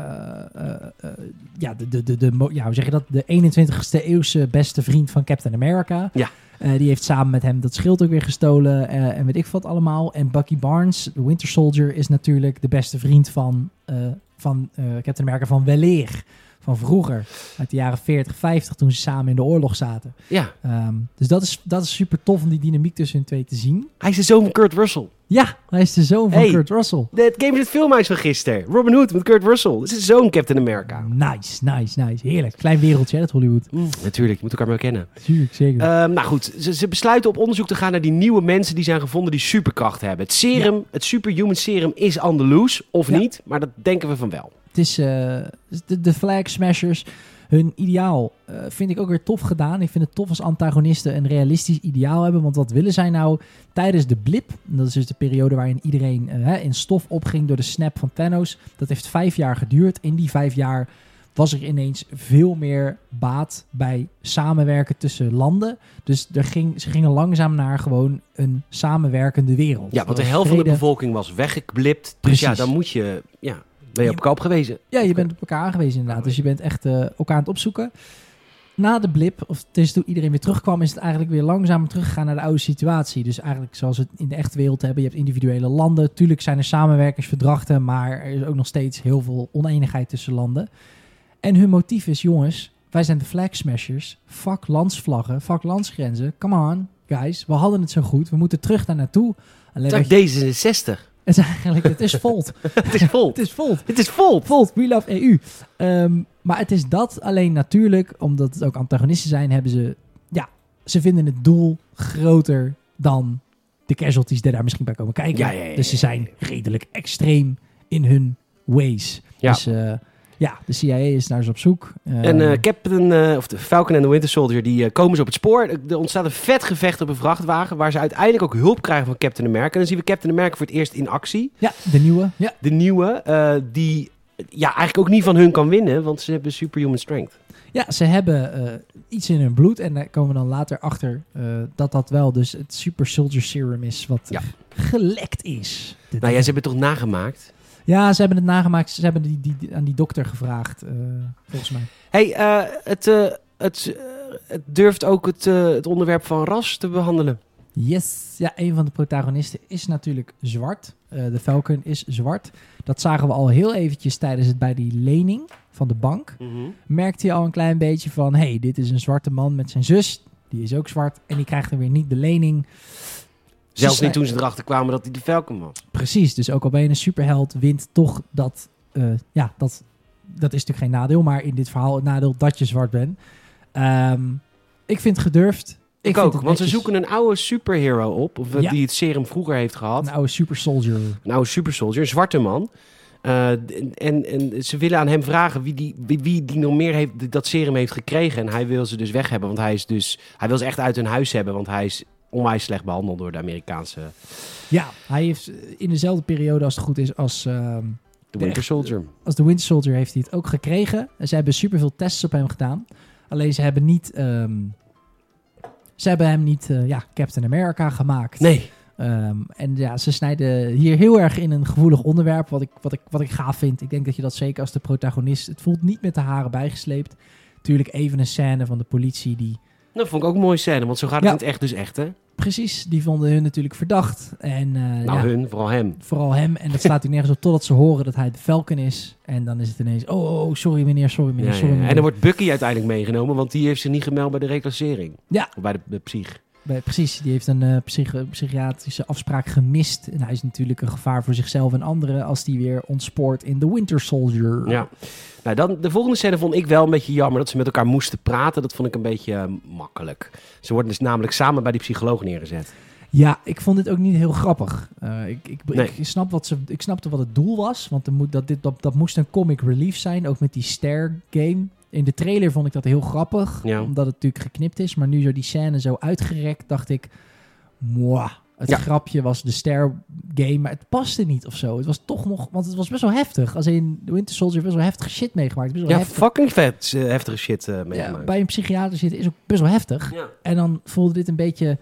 Speaker 2: eh, eh, ja, de, de, de, de, mo- ja, hoe zeg je dat, de 21ste eeuwse beste vriend van Captain America.
Speaker 1: Ja.
Speaker 2: Eh, die heeft samen met hem dat schild ook weer gestolen eh, en weet ik wat allemaal. En Bucky Barnes, de Winter Soldier, is natuurlijk de beste vriend van, eh, van eh, Captain America van weleer, van vroeger, uit de jaren 40, 50, toen ze samen in de oorlog zaten.
Speaker 1: Ja,
Speaker 2: Ehm, dus dat is, dat is super tof om die dynamiek tussen hun twee te zien.
Speaker 1: hij is de zoon van Kurt Russell.
Speaker 2: Ja, hij is de zoon van
Speaker 1: Hey.
Speaker 2: Kurt Russell.
Speaker 1: Het game is het filmhuis van gisteren. Robin Hood met Kurt Russell. Dat is de zoon Captain America.
Speaker 2: Nice, nice, nice. Heerlijk. Klein wereldje, hè, dat Hollywood.
Speaker 1: Mm, natuurlijk, je moet elkaar maar kennen.
Speaker 2: Tuurlijk, zeker.
Speaker 1: Ehm, nou goed, ze, ze besluiten op onderzoek te gaan naar die nieuwe mensen die zijn gevonden die superkracht hebben. Het serum, het superhuman serum is on the loose, of
Speaker 2: Ja.
Speaker 1: niet, maar dat denken we van wel.
Speaker 2: het is eh, de, de Flag Smashers. Hun ideaal eh, vind ik ook weer tof gedaan. Ik vind het tof als antagonisten een realistisch ideaal hebben. Want wat willen zij nou tijdens de blip? en Dat is dus de periode waarin iedereen eh, hè, in stof opging door de snap van Thanos. Dat heeft vijf jaar geduurd. In die vijf jaar was er ineens veel meer baat bij samenwerken tussen landen. Dus er ging, ze gingen langzaam naar gewoon een samenwerkende wereld.
Speaker 1: Ja, want de
Speaker 2: Er was
Speaker 1: helft van de
Speaker 2: vrede.
Speaker 1: bevolking was weggeblipt. Dus
Speaker 2: Precies.
Speaker 1: ja, dan moet je, ja, ben je op
Speaker 2: Ja.
Speaker 1: kap gewezen.
Speaker 2: Ja, je bent op elkaar geweest inderdaad. Dus je bent echt eh, elkaar aan het opzoeken. Na de blip, of dus toen iedereen weer terugkwam, is het eigenlijk weer langzamer teruggegaan naar de oude situatie. Dus eigenlijk zoals we het in de echte wereld hebben. Je hebt individuele landen. Tuurlijk zijn er samenwerkingsverdrachten, maar er is ook nog steeds heel veel oneenigheid tussen landen. En hun motief is, jongens, wij zijn de flag smashers. Fuck landsvlaggen, fuck landsgrenzen. Come on, guys. We hadden het zo goed. We moeten terug daar naartoe. Alleen
Speaker 1: Het
Speaker 2: wat je-
Speaker 1: is eigenlijk D66.
Speaker 2: het is eigenlijk, het is volt.
Speaker 1: Het is vol.
Speaker 2: Het is volt.
Speaker 1: Het is vol.
Speaker 2: Volt, We Love EU. Ehm, maar het is dat alleen natuurlijk, omdat het ook antagonisten zijn, hebben ze. Ja, ze vinden het doel groter dan de casualties die daar misschien bij komen kijken.
Speaker 1: Ja, ja, ja,
Speaker 2: dus ze
Speaker 1: ja, ja,
Speaker 2: zijn redelijk extreem in hun ways.
Speaker 1: Ja.
Speaker 2: Dus eh, ja, de CIA is naar ze op zoek. Eh,
Speaker 1: En eh, Captain, eh, of de Falcon en de Winter Soldier, die eh, komen ze op het spoor. Er er ontstaat een vet gevecht op een vrachtwagen, waar ze uiteindelijk ook hulp krijgen van Captain America. En dan zien we Captain America voor het eerst in actie.
Speaker 2: ja, de nieuwe. Ja,
Speaker 1: De nieuwe, eh, die ja, eigenlijk ook niet van hun kan winnen, want ze hebben superhuman strength.
Speaker 2: Ja, ze hebben eh, iets in hun bloed. En daar komen we dan later achter eh, dat dat wel dus het Super Soldier Serum is. Wat
Speaker 1: Ja.
Speaker 2: gelekt is. Nou
Speaker 1: Nou ja, ze hebben het toch nagemaakt?
Speaker 2: Ja, ze hebben het nagemaakt. Ze hebben die, die, aan die dokter gevraagd, eh, volgens mij.
Speaker 1: Hey, eh, het, eh, het, eh, het durft ook het, eh, het onderwerp van ras te behandelen.
Speaker 2: Yes. Ja, een van de protagonisten is natuurlijk zwart. Eh, de Falcon is zwart. Dat zagen we al heel eventjes tijdens het bij die lening van de bank. Merkte je al een klein beetje van... hey, dit is een zwarte man met zijn zus. Die is ook zwart. En die krijgt dan weer niet de lening.
Speaker 1: Zelfs niet
Speaker 2: zijn-
Speaker 1: toen ze erachter kwamen dat hij de Falcon was.
Speaker 2: Precies, dus ook al ben je een superheld, wint toch dat. eh, ja, dat, dat is natuurlijk geen nadeel, maar in dit verhaal het nadeel dat je zwart bent. Ehm, ik vind het gedurfd.
Speaker 1: Ik,
Speaker 2: vind
Speaker 1: ook,
Speaker 2: het
Speaker 1: want ze
Speaker 2: netjes.
Speaker 1: zoeken een oude superhero op, of eh,
Speaker 2: Ja.
Speaker 1: die het serum vroeger heeft gehad.
Speaker 2: een oude super soldier.
Speaker 1: een oude super soldier, een zwarte man. Eh, d- en, en ze willen aan hem vragen wie die, wie, wie die nog meer heeft, dat serum heeft gekregen. En hij wil ze dus weg hebben, want hij, is dus, hij wil ze echt uit hun huis hebben. Want hij is onwijs slecht behandeld door de Amerikaanse
Speaker 2: Ja, hij heeft eh, in dezelfde periode als het goed is als, ehm,
Speaker 1: de
Speaker 2: De
Speaker 1: Winter
Speaker 2: echt-
Speaker 1: Soldier.
Speaker 2: als de Winter Soldier heeft hij het ook gekregen. En ze hebben superveel tests op hem gedaan. Alleen ze hebben niet. ehm, ze hebben hem niet eh, ja, Captain America gemaakt.
Speaker 1: Nee,
Speaker 2: Ehm, en ja, ze snijden hier heel erg in een gevoelig onderwerp, wat ik, wat, ik, wat ik gaaf vind. Ik denk dat je dat zeker als de protagonist... Het voelt niet met de haren bijgesleept. Tuurlijk even een scène van de politie die...
Speaker 1: dat vond ik ook een mooie scène, want zo gaat het
Speaker 2: Ja.
Speaker 1: in het echt dus echt, hè?
Speaker 2: Precies, die vonden hun natuurlijk verdacht. En eh,
Speaker 1: Nou,
Speaker 2: ja,
Speaker 1: hun, vooral hem.
Speaker 2: vooral hem. En dat staat hier nergens op totdat ze horen dat hij de Falcon is. En dan is het ineens... Oh, oh, oh, sorry meneer, sorry
Speaker 1: Ja,
Speaker 2: meneer,
Speaker 1: ja,
Speaker 2: sorry
Speaker 1: ja.
Speaker 2: meneer.
Speaker 1: En dan wordt Bucky uiteindelijk meegenomen, want die heeft zich niet gemeld bij de reclassering.
Speaker 2: Ja.
Speaker 1: Of bij de, de psych.
Speaker 2: Bij- Precies, die heeft een eh, psych- psychiatrische afspraak gemist. En hij is natuurlijk een gevaar voor zichzelf en anderen... als die weer ontspoort in The Winter Soldier.
Speaker 1: Ja. Nou, dan, de volgende scène vond ik wel een beetje jammer dat ze met elkaar moesten praten. Dat vond ik een beetje eh, makkelijk. Ze worden dus namelijk samen bij die psycholoog neergezet.
Speaker 2: Ja, ik vond dit ook niet heel grappig. Eh, ik, ik,
Speaker 1: Nee.
Speaker 2: ik, snap wat ze, ik snapte wat het doel was, want er moet, dat, dit, dat, dat moest een comic relief zijn, ook met die stair game. In de trailer vond ik dat heel grappig,
Speaker 1: Ja.
Speaker 2: omdat het natuurlijk geknipt is. Maar nu zo die scène zo uitgerekt, dacht ik... Mwah, het
Speaker 1: Ja.
Speaker 2: grapje was de stair game, maar het paste niet of zo. Het was toch nog... Want het was best wel heftig. Als in The Winter Soldier heeft best wel heftige shit meegemaakt. Best wel
Speaker 1: Ja,
Speaker 2: Oh, heftig.
Speaker 1: fucking vet, eh, heftige shit eh
Speaker 2: Ja,
Speaker 1: meegemaakt.
Speaker 2: bij een psychiater zitten is ook best wel heftig.
Speaker 1: Ja.
Speaker 2: En dan voelde dit een beetje,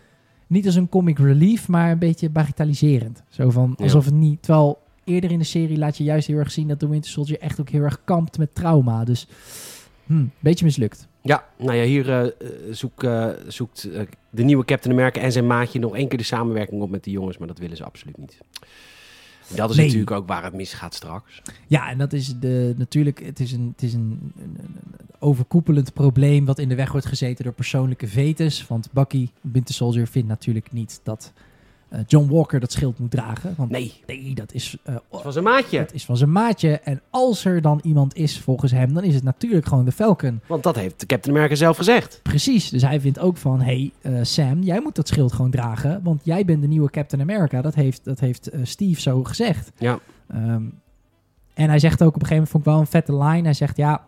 Speaker 2: niet als een comic relief, maar een beetje bagatelliserend. Zo van,
Speaker 1: Ja.
Speaker 2: alsof het niet... Terwijl eerder in de serie laat je juist heel erg zien dat de Winter Soldier echt ook heel erg kampt met trauma. Dus, hm, beetje mislukt.
Speaker 1: Ja, nou ja, hier eh, eh, zoek, eh, zoekt eh, de nieuwe Captain America en zijn maatje nog één keer de samenwerking op met de jongens, maar dat willen ze absoluut niet. Dat is
Speaker 2: Nee.
Speaker 1: natuurlijk ook waar het misgaat straks.
Speaker 2: Ja, en dat is de, natuurlijk, het is, een, het is een, een, een- een overkoepelend probleem wat in de weg wordt gezeten door persoonlijke vetes. Want Bucky, Winter Soldier, vindt natuurlijk niet dat eh, John Walker dat schild moet dragen. Want
Speaker 1: Nee,
Speaker 2: nee, dat is eh,
Speaker 1: het was een maatje,
Speaker 2: Het is van zijn maatje. En als er dan iemand is volgens hem, dan is het natuurlijk gewoon de Falcon.
Speaker 1: want dat heeft Captain America zelf gezegd.
Speaker 2: Precies. Dus hij vindt ook van, hey eh, Sam, jij moet dat schild gewoon dragen. Want jij bent de nieuwe Captain America. Dat heeft, dat heeft eh, Steve zo gezegd.
Speaker 1: Ja.
Speaker 2: Ehm, en hij zegt ook op een gegeven moment, vond ik wel een vette line. Hij zegt, ja,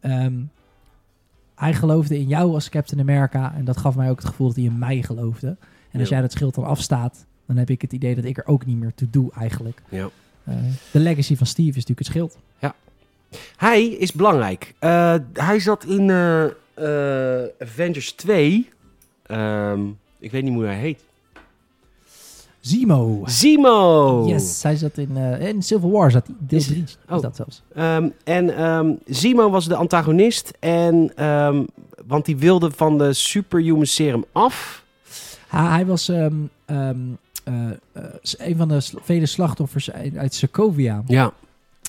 Speaker 2: ehm, hij geloofde in jou als Captain America. En dat gaf mij ook het gevoel dat hij in mij geloofde. En als
Speaker 1: Ja.
Speaker 2: jij dat schild dan afstaat, dan heb ik het idee dat ik er ook niet meer toe doe eigenlijk.
Speaker 1: Ja.
Speaker 2: Eh, de legacy van Steve is natuurlijk het schild.
Speaker 1: Hij is belangrijk. Eh, hij zat in eh, eh, Avengers 2. Ehm, ik weet niet hoe hij heet.
Speaker 2: Zemo.
Speaker 1: Zemo!
Speaker 2: Yes, hij zat in, eh, in Civil War, zat hij. deel
Speaker 1: Is-
Speaker 2: 3 is,
Speaker 1: oh.
Speaker 2: dat zelfs.
Speaker 1: Ehm, en ehm Zemo was de antagonist. En, ehm, want die wilde van de Superhuman Serum af.
Speaker 2: Hij, hij was ehm, ehm, eh, eh, een van de sl- vele slachtoffers uit, uit Sokovia.
Speaker 1: Ja.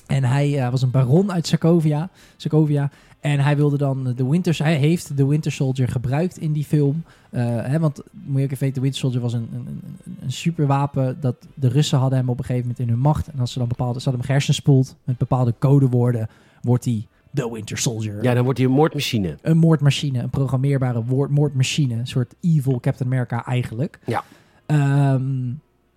Speaker 2: En hij eh, was een baron uit Sokovia. Sokovia. En hij wilde dan eh, de Winters. Hij heeft de Winter Soldier gebruikt in die film. Eh, hè, want moet je ook even weten, de Winter Soldier was een, een, een- een, een superwapen. Dat de Russen hadden hem op een gegeven moment in hun macht. En als ze dan bepaalde, ze hadden hem hersenspoeld met bepaalde codewoorden, wordt hij de Winter Soldier.
Speaker 1: ja, dan wordt hij een moordmachine.
Speaker 2: een moordmachine, een programmeerbare woord, moordmachine. Een soort evil Captain America eigenlijk.
Speaker 1: Ja.
Speaker 2: Ehm,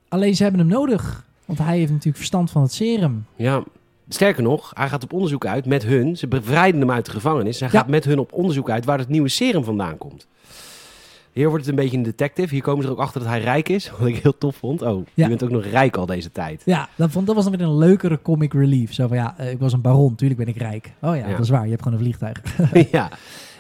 Speaker 2: alleen ze hebben hem nodig. Want hij heeft natuurlijk verstand van het serum.
Speaker 1: Ja. Sterker nog, hij gaat op onderzoek uit met hun. Ze bevrijden hem uit de gevangenis. Hij
Speaker 2: Ja.
Speaker 1: gaat met hun op onderzoek uit waar het nieuwe serum vandaan komt. Hier wordt het een beetje een detective. Hier komen ze er ook achter dat hij rijk is. Wat ik heel tof vond. Oh,
Speaker 2: Ja.
Speaker 1: je bent ook nog rijk al deze tijd.
Speaker 2: Ja, dat, vond, dat was dan weer een leukere comic relief. Zo van ja, eh, ik was een baron, tuurlijk ben ik rijk. Oh ja,
Speaker 1: Ja.
Speaker 2: dat is waar, je hebt gewoon een vliegtuig.
Speaker 1: ja.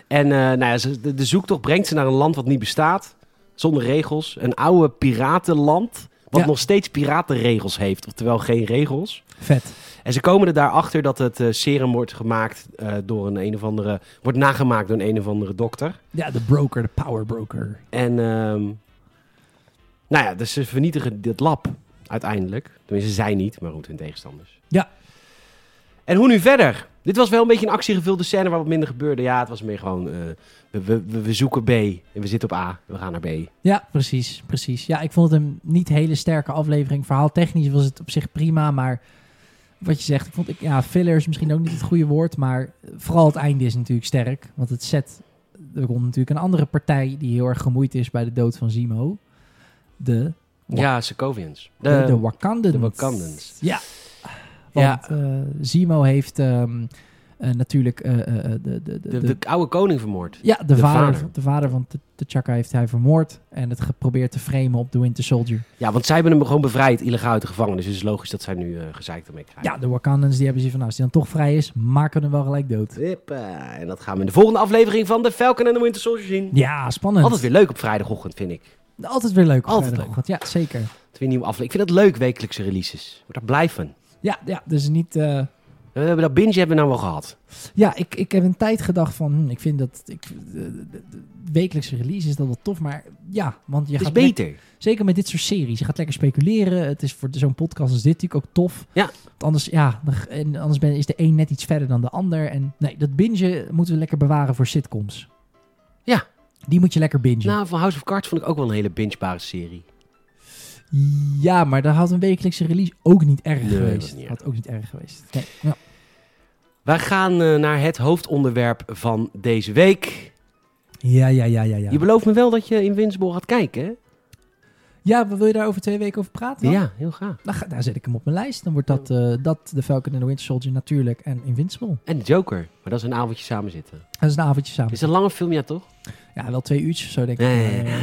Speaker 1: En eh, nou ja, ze- de, de zoektocht brengt ze naar een land wat niet bestaat. Zonder regels. Een oude piratenland. Wat
Speaker 2: Ja.
Speaker 1: nog steeds piratenregels heeft. Oftewel geen regels.
Speaker 2: Vet.
Speaker 1: En ze komen er daarachter dat het eh, serum wordt gemaakt eh, door een een of andere... Wordt nagemaakt door een een of andere dokter.
Speaker 2: Ja, de broker, de power broker.
Speaker 1: En ehm, nou ja, dus ze vernietigen dit lab uiteindelijk. Tenminste, zij niet, maar goed, hun tegenstanders.
Speaker 2: Ja.
Speaker 1: En hoe nu verder? Dit was wel een beetje een actiegevulde scène waar wat minder gebeurde. Ja, het was meer gewoon, eh, we, we, we- we zoeken B en we zitten op A. We gaan naar B.
Speaker 2: Ja, precies, precies. Ja, ik vond het een niet hele sterke aflevering. Verhaaltechnisch was het op zich prima, maar wat je zegt, ik vond ik, ja, filler is misschien ook niet het goede woord, maar vooral het einde is natuurlijk sterk, want het zet er komt natuurlijk een andere partij die heel erg gemoeid is bij de dood van Zemo. De, Wa-
Speaker 1: Ja, Sokovians.
Speaker 2: de,
Speaker 1: De,
Speaker 2: de Wakandans.
Speaker 1: Eh, de Wakandans.
Speaker 2: Ja.
Speaker 1: Ja.
Speaker 2: Want eh, Zemo heeft ehm, eh, natuurlijk eh, eh, eh, de, de,
Speaker 1: de, de oude koning vermoord.
Speaker 2: ja, de,
Speaker 1: de
Speaker 2: vader,
Speaker 1: vader.
Speaker 2: de vader van T- T'Chaka heeft hij vermoord en het geprobeerd te framen op de Winter Soldier.
Speaker 1: Ja, want zij hebben hem gewoon bevrijd, illegaal uit de gevangenis. Dus het is logisch dat zij nu eh gezeikt ermee krijgen.
Speaker 2: Ja, de Wakandans die hebben ze van, nou, als die dan toch vrij is, maken we hem wel gelijk dood.
Speaker 1: Hippa. En dat gaan we in de volgende aflevering van The Falcon en the Winter Soldier zien.
Speaker 2: Ja, spannend.
Speaker 1: Altijd weer leuk op vrijdagochtend, vind ik.
Speaker 2: weer, Altijd weer leuk. op
Speaker 1: Altijd
Speaker 2: vrijdagochtend. Ja, zeker.
Speaker 1: Het weer een nieuwe aflevering. Ik vind dat leuk, wekelijkse releases. Ik word daar blij van.
Speaker 2: Ja, ja dus niet... eh,
Speaker 1: We hebben dat binge hebben we nou wel gehad.
Speaker 2: Ja, ik, ik heb een tijd gedacht van, hm, ik vind dat... Ik, de, de- de wekelijkse release is dat wel tof, maar ja, want je
Speaker 1: Het is
Speaker 2: gaat... lek-
Speaker 1: beter.
Speaker 2: zeker met dit soort series. Je gaat lekker speculeren. Het is voor zo'n podcast als dit natuurlijk ook tof.
Speaker 1: Ja.
Speaker 2: Want anders, ja, dan g- en anders ben, is de een net iets verder dan de ander. En nee, dat bingen moeten we lekker bewaren voor sitcoms.
Speaker 1: Ja.
Speaker 2: Die moet je lekker bingen.
Speaker 1: Nou, van House of Cards vond ik ook wel een hele bingebare serie.
Speaker 2: Ja, maar daar had een wekelijkse release ook niet erg
Speaker 1: Nee, dat
Speaker 2: geweest.
Speaker 1: was niet
Speaker 2: had ook niet erg geweest. Nee, ja.
Speaker 1: Wij gaan eh, naar het hoofdonderwerp van deze week.
Speaker 2: ja, ja, ja, ja.
Speaker 1: Je
Speaker 2: Ja,
Speaker 1: belooft me wel dat je Invincible gaat kijken, hè?
Speaker 2: ja wil je daar over twee weken over praten? dan?
Speaker 1: Ja, heel graag.
Speaker 2: Dan ga- daar zet ik hem op mijn lijst. Dan wordt dat, eh, dat The Falcon and the Winter Soldier natuurlijk en Invincible.
Speaker 1: En de Joker. Maar dat is een avondje samen zitten.
Speaker 2: Dat is een avondje samen.
Speaker 1: Is het een lange film, ja toch?
Speaker 2: Ja, wel twee uurtjes of zo denk ik.
Speaker 1: Nee,
Speaker 2: Eh,
Speaker 1: nee,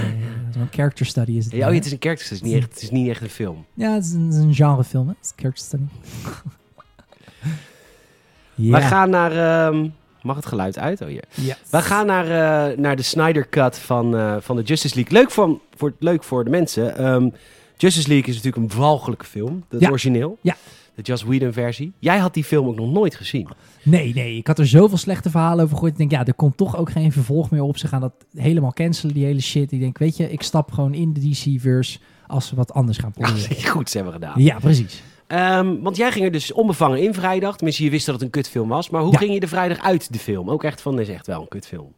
Speaker 2: Zo'n character study is het.
Speaker 1: Ja,
Speaker 2: dan,
Speaker 1: oh,
Speaker 2: hè?
Speaker 1: het is een kerk, het is niet echt, het is niet echt een film.
Speaker 2: Ja, het is een, het is een genrefilm. hè. Het is character study. ja.
Speaker 1: We gaan naar... ehm, mag het geluid uit? Oh, hier.
Speaker 2: ja.
Speaker 1: We gaan naar, eh, naar de Snyder Cut van, eh, van de Justice League. Leuk, van, voor, leuk voor de mensen. Ehm, Justice League is natuurlijk een walgelijke film. Het
Speaker 2: Ja.
Speaker 1: origineel.
Speaker 2: Ja.
Speaker 1: De Just Whedon versie. Jij had die film ook nog nooit gezien.
Speaker 2: Nee, nee. Ik had er zoveel slechte verhalen over gehoord. Ik denk, ja, er komt toch ook geen vervolg meer op. Ze gaan dat helemaal cancelen, die hele shit. Ik denk, weet je, ik stap gewoon in de DC-verse als ze wat anders gaan
Speaker 1: Ja,
Speaker 2: proberen.
Speaker 1: goed, ze hebben gedaan.
Speaker 2: Ja, precies.
Speaker 1: Ehm, want jij ging er dus onbevangen in vrijdag. Tenminste, je wist dat het een kutfilm was. Maar hoe
Speaker 2: Ja.
Speaker 1: ging je de vrijdag uit de film? Ook echt van, dit is echt wel een kutfilm.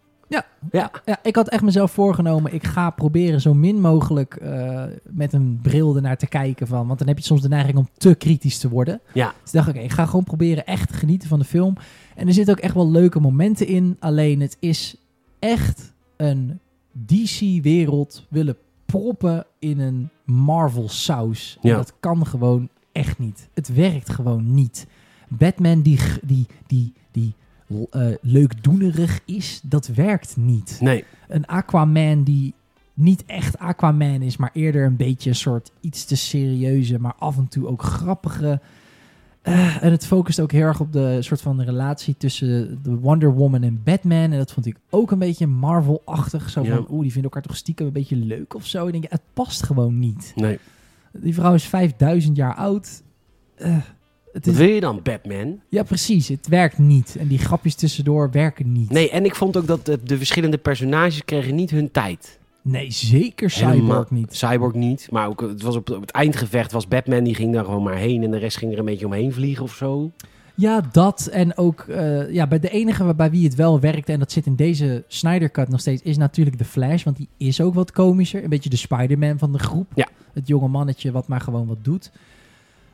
Speaker 2: Ja, ik had echt mezelf voorgenomen, ik ga proberen zo min mogelijk eh, met een bril ernaar te kijken van. Want dan heb je soms de neiging om te kritisch te worden.
Speaker 1: Ja.
Speaker 2: Dus dacht ik, oké, ik ga gewoon proberen echt te genieten van de film. En er zitten ook echt wel leuke momenten in. Alleen het is echt een DC-wereld willen proppen in een Marvel-saus. En
Speaker 1: Ja.
Speaker 2: dat kan gewoon echt niet. Het werkt gewoon niet. Batman die, g- die, die, die eh, leukdoenerig is, dat werkt niet
Speaker 1: Nee.
Speaker 2: een Aquaman die niet echt Aquaman is, maar eerder een beetje een soort iets te serieuze, maar af en toe ook grappige. Eh, en het focust ook heel erg op de soort van relatie tussen de Wonder Woman en Batman. En dat vond ik ook een beetje Marvel-achtig. Zo
Speaker 1: Ja.
Speaker 2: van, oeh, die vinden elkaar toch stiekem een beetje leuk of zo. Ik denk, ja, het past gewoon niet.
Speaker 1: nee.
Speaker 2: Die vrouw is 5000 jaar oud. Eh, het
Speaker 1: Wat
Speaker 2: is,
Speaker 1: wil je dan, Batman?
Speaker 2: ja, precies. Het werkt niet. En die grapjes tussendoor werken niet.
Speaker 1: Nee, en ik vond ook dat de, de verschillende personages kregen niet hun tijd.
Speaker 2: Nee, zeker
Speaker 1: Helemaal-
Speaker 2: Cyborg niet.
Speaker 1: Cyborg niet, maar ook, het was op, op het eindgevecht was Batman, die ging daar gewoon maar heen en de rest ging er een beetje omheen vliegen of zo.
Speaker 2: Ja, dat en ook eh, ja, bij de enige waar- bij wie het wel werkte, en dat zit in deze Snyder Cut nog steeds, is natuurlijk de Flash. Want die is ook wat komischer. Een beetje de Spider-Man van de groep.
Speaker 1: Ja.
Speaker 2: Het jonge mannetje wat maar gewoon wat doet.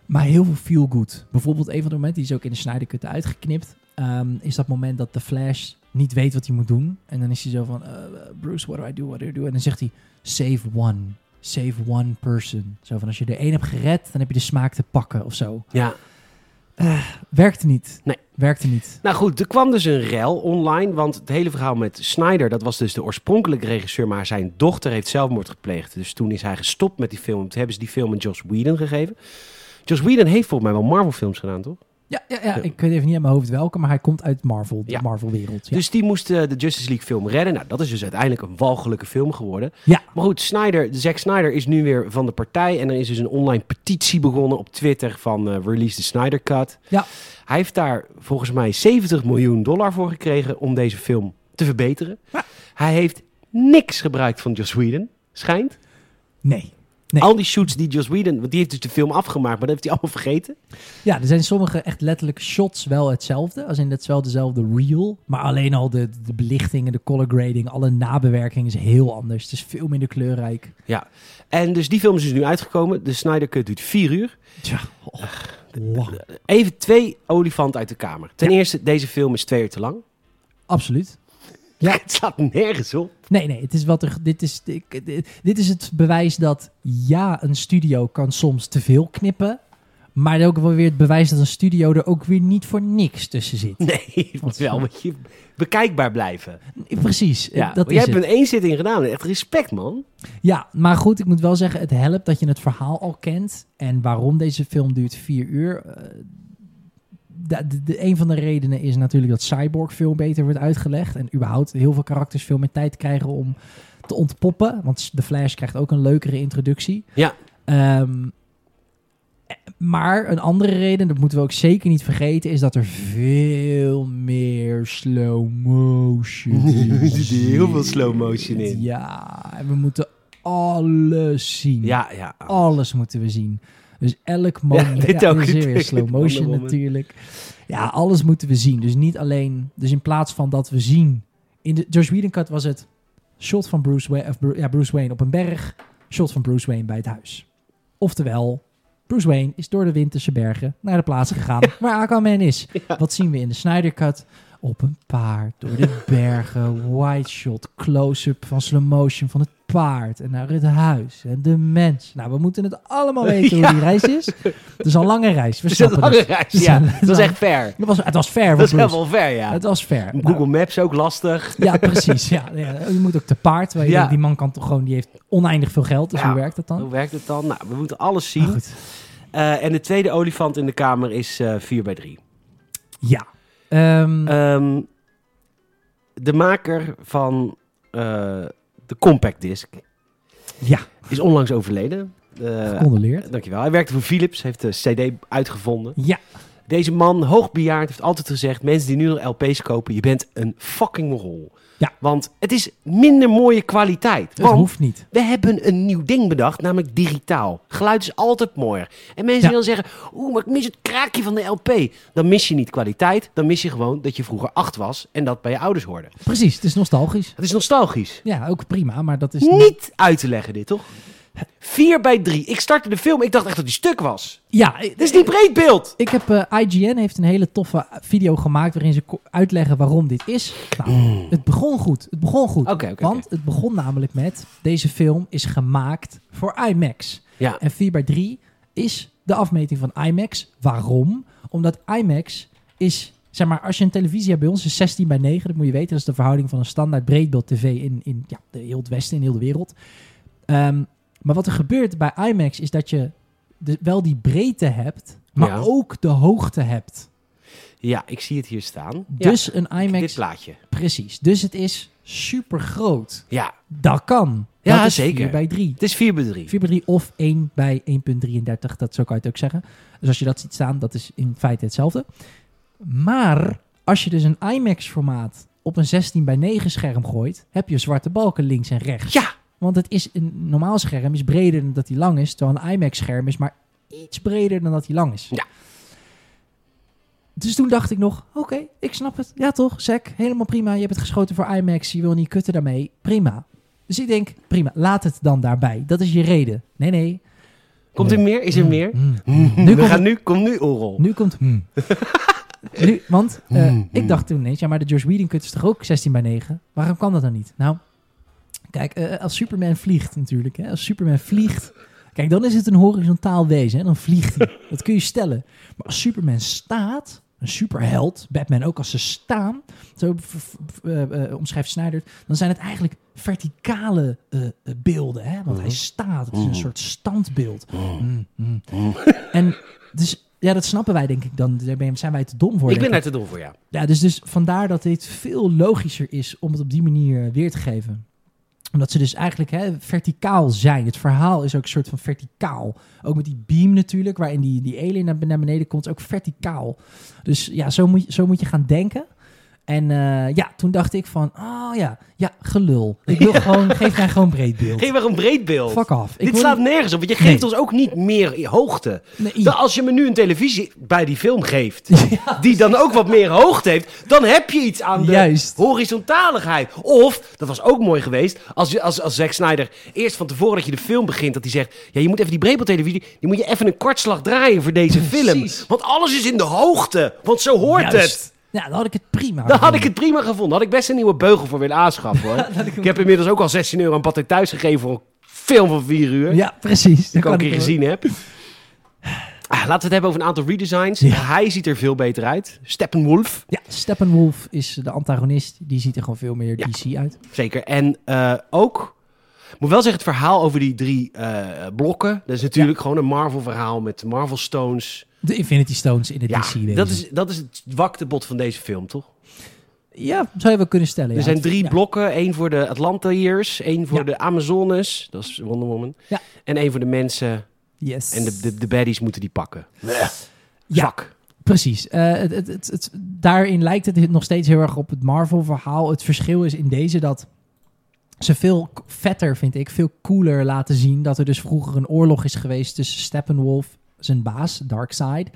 Speaker 2: Maar heel veel feel good. Bijvoorbeeld een van de momenten, die is ook in de Snyder Cut uitgeknipt, ehm, is dat moment dat de Flash niet weet wat hij moet doen. En dan is hij zo van, eh, Bruce, what do I do, what do I do? En dan zegt hij, save one. Save one person. Zo van, als je er één hebt gered, dan heb je de smaak te pakken of zo.
Speaker 1: Ja.
Speaker 2: Werkte niet.
Speaker 1: Nee.
Speaker 2: Werkte niet.
Speaker 1: Nou goed, er kwam dus een rel online, want het hele verhaal met Snyder, dat was dus de oorspronkelijke regisseur, maar zijn dochter heeft zelfmoord gepleegd. Dus toen is hij gestopt met die film. Toen hebben ze die film aan Joss Whedon gegeven. Joss Whedon heeft volgens mij wel Marvel films gedaan, toch?
Speaker 2: Ja, ja, ja, ik weet even niet uit mijn hoofd welke, maar hij komt uit Marvel, de
Speaker 1: Ja.
Speaker 2: Marvel-wereld. Ja.
Speaker 1: Dus die moest eh, de Justice League film redden. Nou, dat is dus uiteindelijk een walgelijke film geworden.
Speaker 2: Ja.
Speaker 1: Maar goed, Snyder, Zack Snyder is nu weer van de partij. En er is dus een online petitie begonnen op Twitter van eh, Release the Snyder Cut.
Speaker 2: Ja.
Speaker 1: Hij heeft daar volgens mij 70 miljoen dollar voor gekregen om deze film te verbeteren.
Speaker 2: Ja.
Speaker 1: Hij heeft niks gebruikt van Joss Whedon, schijnt.
Speaker 2: Nee. Nee.
Speaker 1: Al die shoots die Joss Whedon, want die heeft dus de film afgemaakt, maar dat heeft hij allemaal vergeten.
Speaker 2: Ja, er zijn sommige echt letterlijk shots wel hetzelfde. Als in het is wel dezelfde reel. Maar alleen al de, de belichting en de color grading, alle nabewerking is heel anders. Het is veel minder kleurrijk.
Speaker 1: En dus die film is dus nu uitgekomen. De Snyder Cut duurt vier uur.
Speaker 2: Ja, lang.
Speaker 1: Even twee olifanten uit de kamer. Ten eerste, deze film is twee uur te lang.
Speaker 2: Absoluut. Ja.
Speaker 1: Het staat nergens op.
Speaker 2: Nee, nee, het is wat er, dit, is, ik- dit, dit is het bewijs dat ja, een studio kan soms te veel knippen. Maar ook wel weer het bewijs dat een studio er ook weer niet voor niks tussen zit.
Speaker 1: Nee, het moet wel een beetje bekijkbaar blijven.
Speaker 2: Precies,
Speaker 1: Ja,
Speaker 2: dat
Speaker 1: jij
Speaker 2: is
Speaker 1: hebt
Speaker 2: het.
Speaker 1: een één zitting gedaan. Echt respect, man.
Speaker 2: Ja, maar goed, ik moet wel zeggen, het helpt dat je het verhaal al kent. En waarom deze film duurt vier uur. eh, da- de, de- een van de redenen is natuurlijk dat Cyborg veel beter wordt uitgelegd. En überhaupt heel veel karakters veel meer tijd krijgen om te ontpoppen. Want de Flash krijgt ook een leukere introductie.
Speaker 1: Ja.
Speaker 2: Ehm, eh, maar een andere reden, dat moeten we ook zeker niet vergeten, is dat er veel meer slow motion
Speaker 1: Er zit heel veel slow motion
Speaker 2: zit.
Speaker 1: in.
Speaker 2: Ja, en we moeten alles zien.
Speaker 1: Ja, ja.
Speaker 2: Alles moeten we zien. Dus elk moment.
Speaker 1: dit
Speaker 2: Ja,
Speaker 1: ook.
Speaker 2: dit is weer
Speaker 1: Dit
Speaker 2: slow
Speaker 1: is
Speaker 2: motion
Speaker 1: Wonder Woman.
Speaker 2: natuurlijk. Ja, alles moeten we zien. Dus niet alleen. Dus in plaats van dat we zien. In de George Whedon cut was het shot van Bruce Wayne, of Bru- ja, Bruce Wayne op een berg. Shot van Bruce Wayne bij het huis. Oftewel, Bruce Wayne is door de winterse bergen naar de plaats gegaan waar Aquaman is. Wat zien we in de Snyder Cut? Op een paard, door de bergen, wide shot, close-up van slow motion van het paard. En naar het huis en de mens. Nou, we moeten het allemaal weten hoe die reis is. Het is al een lange reis, we
Speaker 1: Het is een
Speaker 2: snappen het.
Speaker 1: lange reis. Ja, dat was echt ver.
Speaker 2: Het was, het was ver
Speaker 1: Dat is
Speaker 2: voor Bruce.
Speaker 1: helemaal ver, ja.
Speaker 2: Het was ver. Nou,
Speaker 1: Google Maps ook lastig.
Speaker 2: ja, precies. Ja, ja. Je moet ook te paard. Waar je
Speaker 1: Ja.
Speaker 2: denkt, die man kan toch gewoon, die heeft oneindig veel geld. Dus
Speaker 1: Ja.
Speaker 2: hoe werkt dat dan?
Speaker 1: Hoe werkt het dan? Nou, we moeten alles
Speaker 2: Maar
Speaker 1: zien.
Speaker 2: goed.
Speaker 1: Eh, en de tweede olifant in de kamer is eh 4 bij 3.
Speaker 2: Ja. Ehm,
Speaker 1: Ehm, de maker van eh, de compact disc
Speaker 2: ja,
Speaker 1: is onlangs overleden. Eh,
Speaker 2: gecondoleerd.
Speaker 1: dankjewel. Hij werkte voor Philips, heeft de CD uitgevonden.
Speaker 2: Ja,
Speaker 1: Deze man, hoogbejaard, heeft altijd gezegd: mensen die nu nog LP's kopen, je bent een fucking rol.
Speaker 2: Ja.
Speaker 1: Want het is minder mooie kwaliteit.
Speaker 2: dat
Speaker 1: Want
Speaker 2: hoeft niet.
Speaker 1: we hebben een nieuw ding bedacht, namelijk digitaal. Geluid is altijd mooier. En mensen die
Speaker 2: Ja.
Speaker 1: dan zeggen, oeh, maar ik mis het kraakje van de LP. Dan mis je niet kwaliteit, dan mis je gewoon dat je vroeger acht was en dat bij je ouders hoorde.
Speaker 2: Precies, het is nostalgisch.
Speaker 1: Het is nostalgisch.
Speaker 2: Ja, ook prima, maar dat is
Speaker 1: Niet uit te leggen dit, toch? 4 bij 3. Ik startte de film, ik dacht echt dat die stuk was.
Speaker 2: Ja,
Speaker 1: Dit is niet breed beeld.
Speaker 2: ik heb eh, IGN heeft een hele toffe video gemaakt waarin ze ko- uitleggen waarom dit is. Nou, het begon goed. Het begon goed.
Speaker 1: Mm. Oké, oké,
Speaker 2: Want het begon namelijk met deze film is gemaakt voor IMAX.
Speaker 1: Ja.
Speaker 2: En 4 bij 3 is de afmeting van IMAX. Waarom? Omdat IMAX is, zeg maar, als je een televisie hebt bij ons, is 16 bij 9. Dat moet je weten, dat is de verhouding van een standaard breedbeeld tv in, in ja, de heel het westen, in heel de wereld. Ehm, maar wat er gebeurt bij IMAX is dat je de- wel die breedte hebt, maar
Speaker 1: Ja.
Speaker 2: ook de hoogte hebt.
Speaker 1: Ja, ik zie het hier staan.
Speaker 2: Dus een
Speaker 1: ja, dit
Speaker 2: IMAX,
Speaker 1: plaatje.
Speaker 2: precies. Dus het is super groot.
Speaker 1: Ja,
Speaker 2: Dat kan.
Speaker 1: Ja,
Speaker 2: dat is
Speaker 1: zeker.
Speaker 2: 4 bij 3.
Speaker 1: het is 4 bij 3.
Speaker 2: 4 bij 3 of 1 bij 1.33, dat zo kan je het ook zeggen. Dus als je dat ziet staan, dat is in feite hetzelfde. Maar als je dus een IMAX-formaat op een 16 bij 9 scherm gooit, heb je zwarte balken links en rechts.
Speaker 1: Ja,
Speaker 2: Want het is een normaal scherm is breder dan dat hij lang is, terwijl een IMAX-scherm is maar iets breder dan dat hij lang is.
Speaker 1: Ja.
Speaker 2: Dus toen dacht ik nog, oké, ik snap het. Ja toch, Zack, helemaal prima. Je hebt het geschoten voor IMAX, je wil niet kutten daarmee. Prima. Dus ik denk, prima, laat het dan daarbij. Dat is je reden. Nee, nee.
Speaker 1: komt er meer? Is er meer?
Speaker 2: Mm.
Speaker 1: Nu We
Speaker 2: komt-
Speaker 1: gaan nu, kom nu orrel.
Speaker 2: Nu komt... hmm. nu, want eh, ik dacht toen ineens, ja, maar de George Whedon cut is toch ook 16 bij 9? Waarom kan dat dan niet? Nou, kijk, eh, als Superman vliegt natuurlijk, hè, als Superman vliegt... Kijk, dan is het een horizontaal wezen, hè, dan vliegt hij. Dat kun je stellen. Maar als Superman staat, een superheld, Batman ook, als ze staan... Zo v- v- v- eh, eh, omschrijft Snyder, dan zijn het eigenlijk verticale eh, eh, beelden. Hè? Want hij staat, het is een soort standbeeld. Mm, mm. Mhm. En dus Ja, dat snappen wij denk ik dan. Daar ben- zijn wij te dom voor.
Speaker 1: ik
Speaker 2: denk
Speaker 1: ben daar te dom voor, ja.
Speaker 2: Ja, dus, dus vandaar dat dit veel logischer is om het op die manier eh, weer te geven. Omdat ze dus eigenlijk hè, verticaal zijn. Het verhaal is ook een soort van verticaal. Ook met die beam natuurlijk, waarin die, die alien naar naar beneden komt, is ook verticaal. Dus ja, zo moet, je- zo moet je gaan denken. En eh, ja, toen dacht ik van, oh ja, ja, gelul. Ik wil gewoon, geef mij gewoon breed beeld.
Speaker 1: Geef maar een breed beeld.
Speaker 2: Fuck off. Ik
Speaker 1: Dit
Speaker 2: wil
Speaker 1: slaat
Speaker 2: niet-
Speaker 1: nergens op, want je geeft
Speaker 2: Nee.
Speaker 1: ons ook niet meer hoogte.
Speaker 2: nee,
Speaker 1: Dan als je me nu een televisie bij die film geeft,
Speaker 2: Ja.
Speaker 1: die dan ook wat meer hoogte heeft, dan heb je iets aan de
Speaker 2: Juist.
Speaker 1: horizontaligheid. Of, dat was ook mooi geweest, als, je- als, als Zack Snyder eerst van tevoren dat je de film begint, dat hij zegt, ja, je moet even die breedbeeldtelevisie, die moet je even een kwartslag draaien voor deze film.
Speaker 2: Precies.
Speaker 1: Want alles is in de hoogte, want zo hoort het.
Speaker 2: juist. Ja, dan had ik het prima.
Speaker 1: Dan had ik
Speaker 2: gevonden.
Speaker 1: het prima gevonden. Had ik best een nieuwe beugel voor willen aanschaffen hoor. ik, heb inmiddels ook al 16 euro aan Patrick thuis gegeven voor een film van 4 uur.
Speaker 2: Ja, precies.
Speaker 1: die ik ook een
Speaker 2: kan
Speaker 1: keer
Speaker 2: wel.
Speaker 1: gezien heb. Ah, laten we het hebben over een aantal redesigns.
Speaker 2: Ja.
Speaker 1: Hij ziet er veel beter uit. Steppenwolf,
Speaker 2: Ja, Steppenwolf is de antagonist. Die ziet er gewoon veel meer
Speaker 1: Ja.
Speaker 2: DC uit.
Speaker 1: zeker. En eh, ook, ik moet wel zeggen, het verhaal over die drie eh, blokken. Dat is natuurlijk gewoon een Marvel verhaal met Marvel Stones.
Speaker 2: De Infinity Stones in de
Speaker 1: Ja,
Speaker 2: DC. -wezen.
Speaker 1: dat is, dat is het zwakte bot van deze film, toch?
Speaker 2: ja, zou je wel kunnen stellen.
Speaker 1: Er
Speaker 2: ja.
Speaker 1: zijn drie
Speaker 2: Ja.
Speaker 1: blokken. één voor de Atlanteërs, één voor
Speaker 2: Ja.
Speaker 1: de Amazones, dat is Wonder Woman.
Speaker 2: Ja.
Speaker 1: En één voor de mensen.
Speaker 2: Yes.
Speaker 1: En de, de, de baddies moeten die pakken.
Speaker 2: Ja.
Speaker 1: Zwak.
Speaker 2: Precies. Eh, het, het, het, het- daarin lijkt het nog steeds heel erg op het Marvel-verhaal. Het verschil is in deze dat ze veel k- vetter, vind ik, veel cooler laten zien dat er dus vroeger een oorlog is geweest tussen Steppenwolf, zijn baas, Darkseid,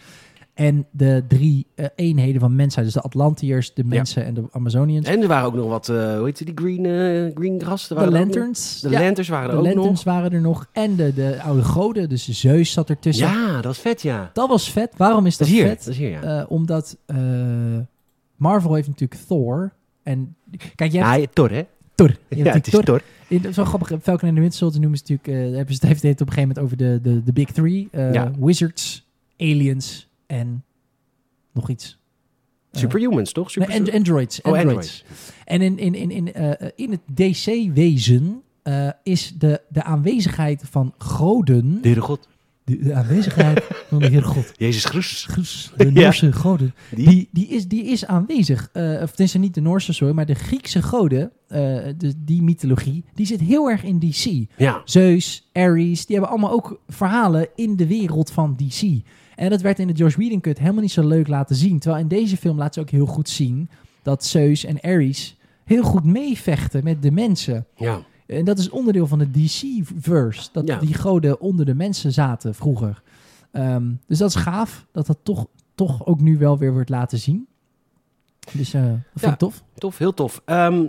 Speaker 2: en de drie eh, eenheden van mensheid. Dus de Atlantiërs, de mensen en de Amazoniërs.
Speaker 1: En er waren ook nog wat, eh hoe heet die green, eh green gras? Er
Speaker 2: De
Speaker 1: waren er ook nog-
Speaker 2: Lanterns.
Speaker 1: De
Speaker 2: ja.
Speaker 1: lanterns waren er
Speaker 2: De
Speaker 1: ook
Speaker 2: Lanterns waren er nog. En de, de oude goden, dus Zeus zat
Speaker 1: nog.
Speaker 2: ertussen.
Speaker 1: Ja, dat is vet, ja.
Speaker 2: Dat was vet. Waarom is
Speaker 1: Dat
Speaker 2: dat,
Speaker 1: is hier.
Speaker 2: vet?
Speaker 1: Dat is hier, ja.
Speaker 2: Eh, omdat eh, Marvel heeft natuurlijk Thor. En kijk, jij hebt
Speaker 1: Ah, ja, Thor, hè?
Speaker 2: Thor. Je
Speaker 1: Ja,
Speaker 2: hebt
Speaker 1: het
Speaker 2: natuurlijk
Speaker 1: is
Speaker 2: Thor.
Speaker 1: Thor.
Speaker 2: In, zo grappig, Falcon en de Winter Soldier noemen ze natuurlijk, eh, hebben ze het, heeft het op een gegeven moment over de, de, de Big Three. Eh,
Speaker 1: Ja.
Speaker 2: Wizards, Aliens en nog iets. Eh,
Speaker 1: Superhumans, toch? Super,
Speaker 2: nee, and- androids.
Speaker 1: Oh,
Speaker 2: androids.
Speaker 1: androids.
Speaker 2: En in, in, in, in, eh, in het DC-wezen eh, is de, de aanwezigheid van goden...
Speaker 1: De Heere God.
Speaker 2: De, de aanwezigheid van de Heer God.
Speaker 1: Jezus Christus.
Speaker 2: Gus, De
Speaker 1: Ja.
Speaker 2: Noorse goden.
Speaker 1: Die?
Speaker 2: Die, die, is, die is aanwezig. Eh, of tenminste niet de Noorse, sorry. Maar de Griekse goden, eh, dus die mythologie, die zit heel erg in DC.
Speaker 1: Ja.
Speaker 2: Zeus, Ares, die hebben allemaal ook verhalen in de wereld van DC. En dat werd in de Josh Whedon cut helemaal niet zo leuk laten zien. Terwijl in deze film laat ze ook heel goed zien dat Zeus en Ares heel goed meevechten met de mensen.
Speaker 1: ja.
Speaker 2: En dat is onderdeel van de DC-verse. Dat
Speaker 1: Ja.
Speaker 2: die goden onder de mensen zaten vroeger. Ehm, dus dat is gaaf. Dat dat toch, toch ook nu wel weer wordt laten zien. Dus eh, dat vind
Speaker 1: Ja.
Speaker 2: ik tof.
Speaker 1: Tof, heel tof. Ehm,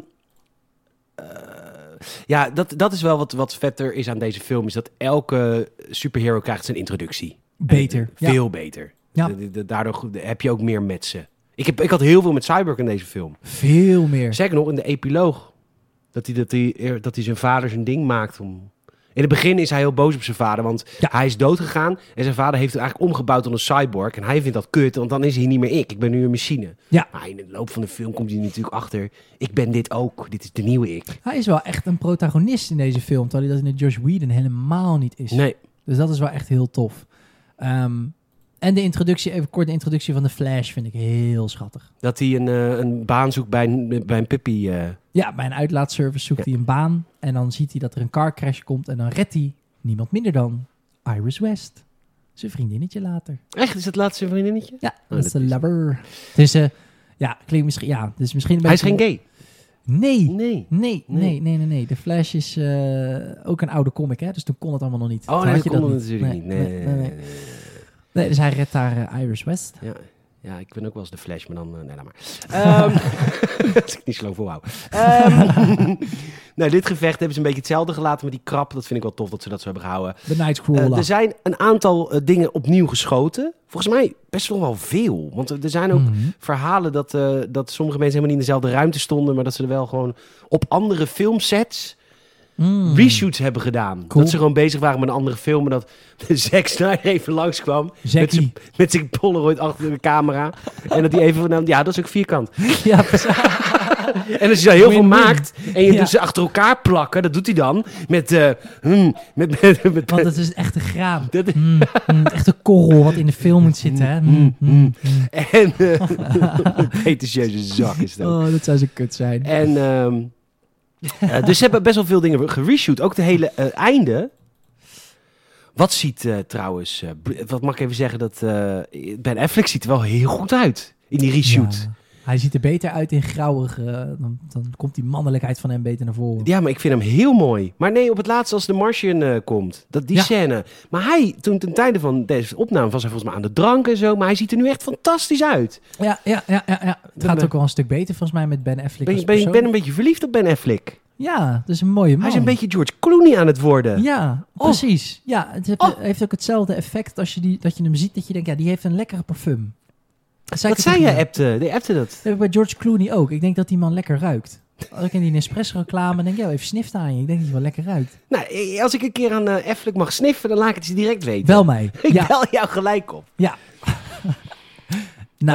Speaker 1: eh, ja, dat, dat is wel wat, wat vetter is aan deze film. Is dat elke superhero krijgt zijn introductie.
Speaker 2: Beter.
Speaker 1: Eh,
Speaker 2: Ja.
Speaker 1: veel beter.
Speaker 2: Ja.
Speaker 1: Da- da- Daardoor goed- heb je ook meer met ze. Ik, heb, ik had heel veel met Cyborg in deze film.
Speaker 2: Veel meer.
Speaker 1: Zeker nog in de epiloog. Dat hij, dat, hij, eer- dat hij zijn vader zijn ding maakt. Om... In het begin is hij heel boos op zijn vader. Want
Speaker 2: Ja.
Speaker 1: hij is doodgegaan. En zijn vader heeft hem eigenlijk omgebouwd tot een cyborg. En hij vindt dat kut. Want dan is hij niet meer ik. Ik ben nu een machine.
Speaker 2: Ja.
Speaker 1: Maar in de loop van de film komt hij natuurlijk achter. Ik ben dit ook. Dit is de nieuwe ik.
Speaker 2: Hij is wel echt een protagonist in deze film. Terwijl hij dat in de Josh Whedon helemaal niet is.
Speaker 1: Nee.
Speaker 2: Dus dat is wel echt heel tof. Ehm, en de introductie, even kort, de introductie van de Flash vind ik heel schattig.
Speaker 1: Dat hij een, eh, een baan zoekt bij een, bij een Pippi. eh.
Speaker 2: Ja, bij een uitlaatservice zoekt
Speaker 1: Ja.
Speaker 2: hij een baan. En dan ziet hij dat er een car crash komt. En dan redt hij niemand minder dan Iris West. Zijn vriendinnetje later.
Speaker 1: Echt? Is dat laatste vriendinnetje?
Speaker 2: Ja,
Speaker 1: Oh,
Speaker 2: dat is
Speaker 1: dat
Speaker 2: de
Speaker 1: is-
Speaker 2: lover. Dus eh, ja, klinkt misschien. Ja, dus misschien. een
Speaker 1: Hij is geen
Speaker 2: beetje-
Speaker 1: gay.
Speaker 2: Nee.
Speaker 1: Nee.
Speaker 2: Nee,
Speaker 1: Nee.
Speaker 2: nee, nee, nee, nee. De Flash is eh, ook een oude comic, hè? Dus toen kon het allemaal nog niet.
Speaker 1: Oh,
Speaker 2: Toen
Speaker 1: nee,
Speaker 2: had
Speaker 1: dat
Speaker 2: je
Speaker 1: kon dat natuurlijk niet.
Speaker 2: Nee, nee, nee, nee.
Speaker 1: nee.
Speaker 2: Nee, dus hij redt daar eh, Iris West.
Speaker 1: Ja, ja, ik ben ook wel eens de Flash, maar dan... eh, nee, laat maar. Ehm dat ik niet zo lang volhoud. Ehm, nou, dit gevecht hebben ze een beetje hetzelfde gelaten met die krap. Dat vind ik wel tof dat ze dat zo hebben gehouden.
Speaker 2: De
Speaker 1: Eh,
Speaker 2: Nightcrawler.
Speaker 1: er zijn een aantal eh, dingen opnieuw geschoten. Volgens mij best wel wel veel. Want er zijn ook
Speaker 2: Mhm.
Speaker 1: verhalen dat, eh, dat sommige mensen helemaal niet in dezelfde ruimte stonden... maar dat ze er wel gewoon op andere filmsets
Speaker 2: Mm.
Speaker 1: reshoots hebben gedaan.
Speaker 2: Cool.
Speaker 1: Dat ze gewoon bezig waren met een andere film... en dat Zack Snyder even langskwam met
Speaker 2: Jackie.
Speaker 1: zijn- met zijn Polaroid achter de camera. en dat die even van, nou, ja, dat is ook vierkant.
Speaker 2: Ja, precies.
Speaker 1: En als je daar heel veel
Speaker 2: Win-win.
Speaker 1: maakt en je
Speaker 2: Ja.
Speaker 1: doet ze achter elkaar plakken, dat doet hij dan met, eh, hmm, met, met, met, met-
Speaker 2: Want het is echt een graan.
Speaker 1: Dat-
Speaker 2: Mm, mm, het is echt een korrel wat in de film moet zitten. Hè? Mm,
Speaker 1: Mm,
Speaker 2: mm, mm.
Speaker 1: en eh, pretentieuze zak is dat.
Speaker 2: Oh, dat zou zo kut zijn.
Speaker 1: En, ehm, eh, dus ze hebben best wel veel dingen gereshoot. Ook de hele eh, einde. Wat ziet eh, trouwens, eh, Br- wat mag ik even zeggen, dat eh, Ben Affleck ziet er wel heel goed uit in die reshoot. Ja.
Speaker 2: Ja. Hij ziet er beter uit in grauwig. eh, dan, dan komt die mannelijkheid van hem beter naar voren.
Speaker 1: maar ik vind hem heel mooi. Maar nee, op het laatst als de Martian eh, komt, dat, die
Speaker 2: Ja.
Speaker 1: scène. Maar hij, toen ten tijde van deze opname, was hij volgens mij aan de drank en zo. Maar hij ziet er nu echt fantastisch uit.
Speaker 2: Ja, ja, ja, ja, ja. Het
Speaker 1: Dat,
Speaker 2: gaat
Speaker 1: eh,
Speaker 2: ook wel een stuk beter volgens mij met Ben Affleck.
Speaker 1: Ben,
Speaker 2: als
Speaker 1: je- ben, je-
Speaker 2: persoon.
Speaker 1: ben een beetje verliefd op Ben Affleck.
Speaker 2: Ja, dat is een mooie man.
Speaker 1: Hij is een beetje George Clooney aan het worden.
Speaker 2: Ja,
Speaker 1: Oh.
Speaker 2: precies. Ja, het heeft,
Speaker 1: Oh.
Speaker 2: heeft ook hetzelfde effect als je, die, dat je hem ziet. Dat je denkt, ja, die heeft een lekkere parfum. Dat
Speaker 1: Wat zei je, appte? Die appte dat.
Speaker 2: Dat heb ik bij George Clooney ook. Ik denk dat die man lekker ruikt. Als ik in die Nespresso-reclame denk, joh, even snift aan je. Ik denk dat hij wel lekker ruikt.
Speaker 1: Nou, eh, als ik een keer aan eh Affleck mag sniffen, dan laat ik het je direct weten.
Speaker 2: Wel mij.
Speaker 1: Ik
Speaker 2: Ja,
Speaker 1: bel jou gelijk op.
Speaker 2: nice.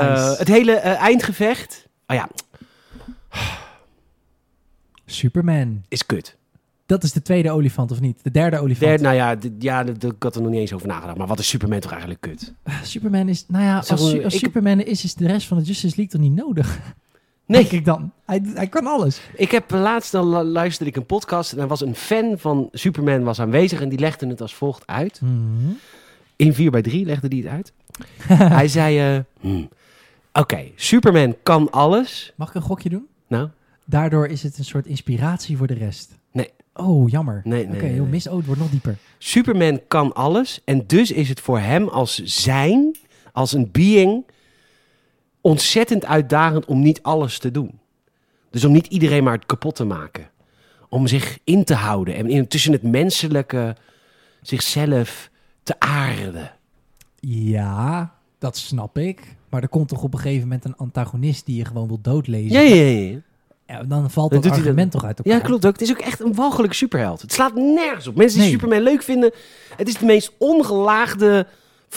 Speaker 1: Eh, het hele eh, eindgevecht oh ja,
Speaker 2: Superman.
Speaker 1: is kut.
Speaker 2: Dat is de tweede olifant, of niet? De derde olifant.
Speaker 1: Derde, nou ja, d- ja, d- d- ik had er nog niet eens over nagedacht. Maar wat is Superman toch eigenlijk kut?
Speaker 2: Superman is... Nou ja, als,
Speaker 1: Zeg maar,
Speaker 2: su- als
Speaker 1: ik-
Speaker 2: Superman er is, is de rest van de Justice League toch niet nodig?
Speaker 1: Nee,
Speaker 2: Denk ik dan. Hij, hij kan alles.
Speaker 1: ik heb eh, laatst dan lu- luisterde ik een podcast en er was een fan van Superman was aanwezig en die legde het als volgt uit.
Speaker 2: Mhm.
Speaker 1: In 4 bij 3 legde die het uit. Hij zei, eh, hmm, oké, Superman kan alles.
Speaker 2: Mag ik een gokje doen?
Speaker 1: Nou,
Speaker 2: Daardoor is het een soort inspiratie voor de rest.
Speaker 1: Nee.
Speaker 2: Oh, jammer.
Speaker 1: Nee, nee,
Speaker 2: Oké,
Speaker 1: nee,
Speaker 2: joh,
Speaker 1: nee.
Speaker 2: mis. Oh, het wordt nog dieper.
Speaker 1: Superman kan alles en dus is het voor hem als zijn, als een being, ontzettend uitdagend om niet alles te doen. Dus om niet iedereen maar kapot te maken. Om zich in te houden en in, tussen het menselijke zichzelf te aarden.
Speaker 2: Ja, dat snap ik. Maar er komt toch op een gegeven moment een antagonist die je gewoon wil doodlezen.
Speaker 1: Ja, ja, ja, ja.
Speaker 2: Ja, dan valt
Speaker 1: Dan
Speaker 2: dat
Speaker 1: doet hij
Speaker 2: argument toch uit elkaar.
Speaker 1: Ja, klopt ook. Het is ook echt een walgelijk superheld. Het slaat nergens op. Mensen die
Speaker 2: Nee.
Speaker 1: Superman leuk vinden, het is de meest ongelaagde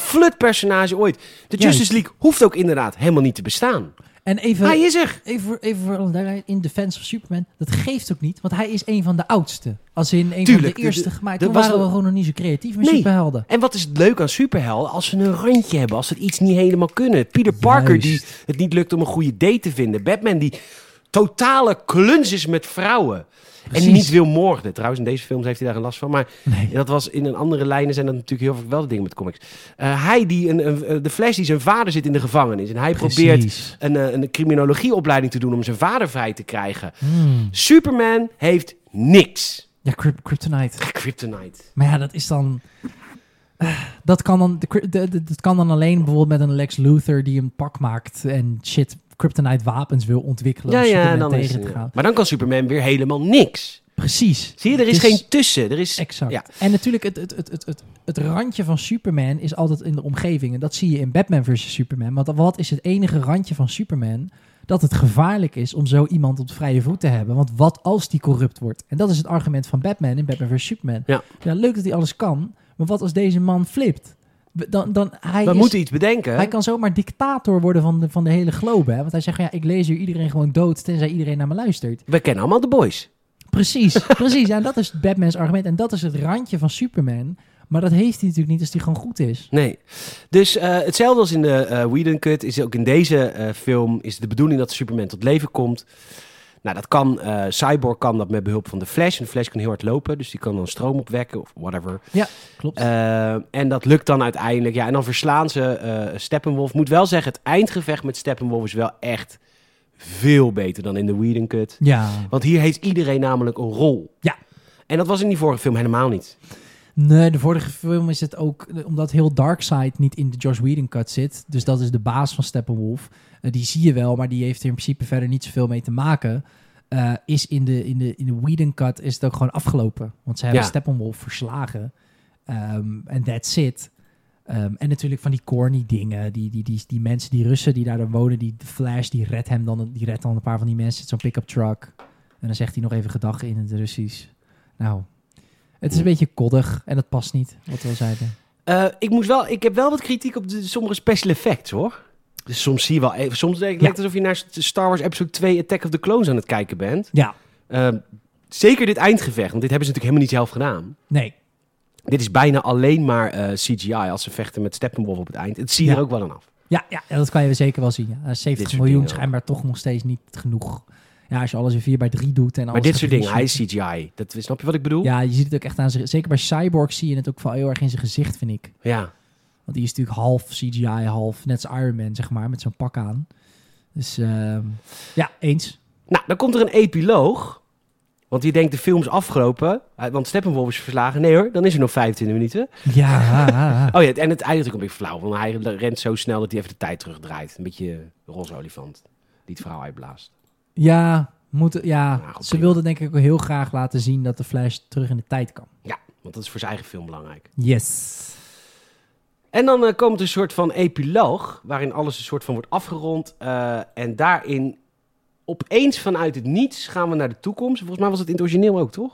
Speaker 1: flutpersonage ooit. De
Speaker 2: Juist.
Speaker 1: Justice League hoeft ook inderdaad helemaal niet te bestaan. Ah,
Speaker 2: En even,
Speaker 1: Hij is er.
Speaker 2: even, voor- even voor alle duidelijkheid, in Defense of Superman, dat geeft ook niet. Want hij is een van de oudste. Als in een
Speaker 1: Tuurlijk,
Speaker 2: van de eerste
Speaker 1: d- d-
Speaker 2: gemaakt.
Speaker 1: dat
Speaker 2: Toen
Speaker 1: was
Speaker 2: waren we
Speaker 1: wel-
Speaker 2: gewoon nog niet zo creatief met
Speaker 1: Nee.
Speaker 2: superhelden.
Speaker 1: En wat is het leuk aan superhelden als ze een randje hebben, als ze het iets niet helemaal kunnen. Peter Parker die het niet lukt om een goede date te vinden. Batman die totale kluns is met vrouwen.
Speaker 2: Precies.
Speaker 1: En niet wil moorden. Trouwens, in deze films heeft hij daar geen last van. Maar
Speaker 2: Nee.
Speaker 1: dat was in een andere lijnen zijn dat natuurlijk heel veel wel de dingen met comics. Eh, hij die, een, een- eh, de Flash die zijn vader zit in de gevangenis. En hij probeert
Speaker 2: Precies.
Speaker 1: een, eh, een criminologieopleiding te doen om zijn vader vrij te krijgen.
Speaker 2: Hmm.
Speaker 1: Superman heeft niks.
Speaker 2: Ja, Kryp- Kryptonite.
Speaker 1: Kryptonite.
Speaker 2: Maar ja, dat is dan. Eh, Dat kan dan, de cry- de- de- dat kan dan alleen bijvoorbeeld met een Lex Luthor die een pak maakt en shit, kryptonite wapens wil ontwikkelen om Superman
Speaker 1: is
Speaker 2: tegen
Speaker 1: het,
Speaker 2: te
Speaker 1: ja.
Speaker 2: gaan.
Speaker 1: Maar dan kan Superman weer helemaal niks.
Speaker 2: Precies.
Speaker 1: Zie je, er is
Speaker 2: Dus-
Speaker 1: geen tussen. Er is...
Speaker 2: Exact.
Speaker 1: Ja.
Speaker 2: En natuurlijk, het, het, het, het, het, het randje van Superman is altijd in de omgeving. En dat zie je in Batman versus Superman. Want wat is het enige randje van Superman? Dat het gevaarlijk is om zo iemand op de vrije voet te hebben. Want wat als die corrupt wordt? En dat is het argument van Batman in Batman versus Superman.
Speaker 1: Ja.
Speaker 2: leuk dat hij alles kan. Maar wat als deze man flipt? We- Dan, dan, hij
Speaker 1: We
Speaker 2: is-
Speaker 1: moeten iets bedenken.
Speaker 2: Hij kan zomaar dictator worden van de, van de hele globe. Hè? Want hij zegt, van, ja, ik lees hier iedereen gewoon dood, tenzij iedereen naar me luistert.
Speaker 1: We kennen allemaal de boys.
Speaker 2: Precies, precies. Ja, En dat is Batman's argument. En dat is het randje van Superman. Maar dat heeft hij natuurlijk niet als hij gewoon goed is.
Speaker 1: Nee. Dus eh, hetzelfde als in de eh Whedon Cut is ook in deze eh, film is de bedoeling dat Superman tot leven komt. Nou, dat kan, eh, Cyborg kan dat met behulp van de Flash. En de Flash kan heel hard lopen, dus die kan dan stroom opwekken of whatever.
Speaker 2: Klopt.
Speaker 1: Eh, en dat lukt dan uiteindelijk. Ja, en dan verslaan ze eh, Steppenwolf. Moet wel zeggen, het eindgevecht met Steppenwolf is wel echt veel beter dan in de Whedon Cut.
Speaker 2: ja.
Speaker 1: Want hier heeft iedereen namelijk een rol.
Speaker 2: Ja.
Speaker 1: En dat was in die vorige film helemaal niet.
Speaker 2: Nee, de vorige film is het ook... eh, Omdat heel Darkseid niet in de Josh Whedon cut zit. Dus dat is de baas van Steppenwolf. Eh, die zie je wel, maar die heeft er in principe verder niet zoveel mee te maken. Eh, is in de, in, de, in de Whedon cut is het ook gewoon afgelopen. Want ze hebben
Speaker 1: Ja.
Speaker 2: Steppenwolf verslagen. Ehm, En that's it. Ehm, en natuurlijk van die corny dingen. Die, die, die, die mensen, die Russen die daar dan wonen, die de Flash, die redt hem dan, die redt dan een paar van die mensen. Het is Zo'n pick-up truck. En dan zegt hij nog even gedag in het Russisch. Nou, het is een beetje koddig en dat past niet, wat we al zeiden.
Speaker 1: Eh, ik, moest wel, ik heb wel wat kritiek op de, sommige special effects hoor. Dus soms zie je wel even. Soms denk,
Speaker 2: Ja.
Speaker 1: lijkt het alsof je naar Star Wars Episode 2 Attack of the Clones aan het kijken bent.
Speaker 2: Ja,
Speaker 1: Ehm, zeker dit eindgevecht, want dit hebben ze natuurlijk helemaal niet zelf gedaan.
Speaker 2: nee.
Speaker 1: Dit is bijna alleen maar eh, CGI als ze vechten met Steppenwolf op het eind. Het zie je
Speaker 2: Ja. Nou,
Speaker 1: er ook wel aan af.
Speaker 2: Ja, ja, dat kan je zeker wel zien. Ja. Eh, 70
Speaker 1: soort
Speaker 2: miljoen
Speaker 1: dingen, ja.
Speaker 2: schijnbaar toch nog steeds niet genoeg. Ja, als je alles in 4 bij 3 doet en alles
Speaker 1: Maar dit
Speaker 2: gaat
Speaker 1: soort dingen, hij
Speaker 2: reshoot.
Speaker 1: is CGI. Dat, snap je wat ik bedoel?
Speaker 2: Ja, je ziet het ook echt aan zijn... Zeker bij Cyborg zie je het ook wel heel erg in zijn gezicht, vind ik.
Speaker 1: ja.
Speaker 2: Want die is natuurlijk half CGI, half net als Iron Man, zeg maar, met zo'n pak aan. Dus ehm, ja, eens.
Speaker 1: Nou, dan komt er een epiloog. Want je denkt, de film is afgelopen. eh, Want Steppenwolf is verslagen. Nee hoor, dan is er nog 25 minuten.
Speaker 2: Ja.
Speaker 1: Oh ja, en het eindigt ook een beetje flauw. Want hij rent zo snel dat hij even de tijd terugdraait. Een beetje de roze olifant die het verhaal uitblaast.
Speaker 2: ja, moet, ja.
Speaker 1: Nou, goed,
Speaker 2: ze
Speaker 1: prima.
Speaker 2: wilden denk ik ook heel graag laten zien dat de Flash terug in de tijd kan.
Speaker 1: Ja, want dat is voor zijn eigen film belangrijk.
Speaker 2: Yes.
Speaker 1: En dan eh, komt een soort van epiloog, waarin alles een soort van wordt afgerond. eh, en daarin, opeens vanuit het niets, gaan we naar de toekomst. Volgens mij was het in het origineel ook, toch?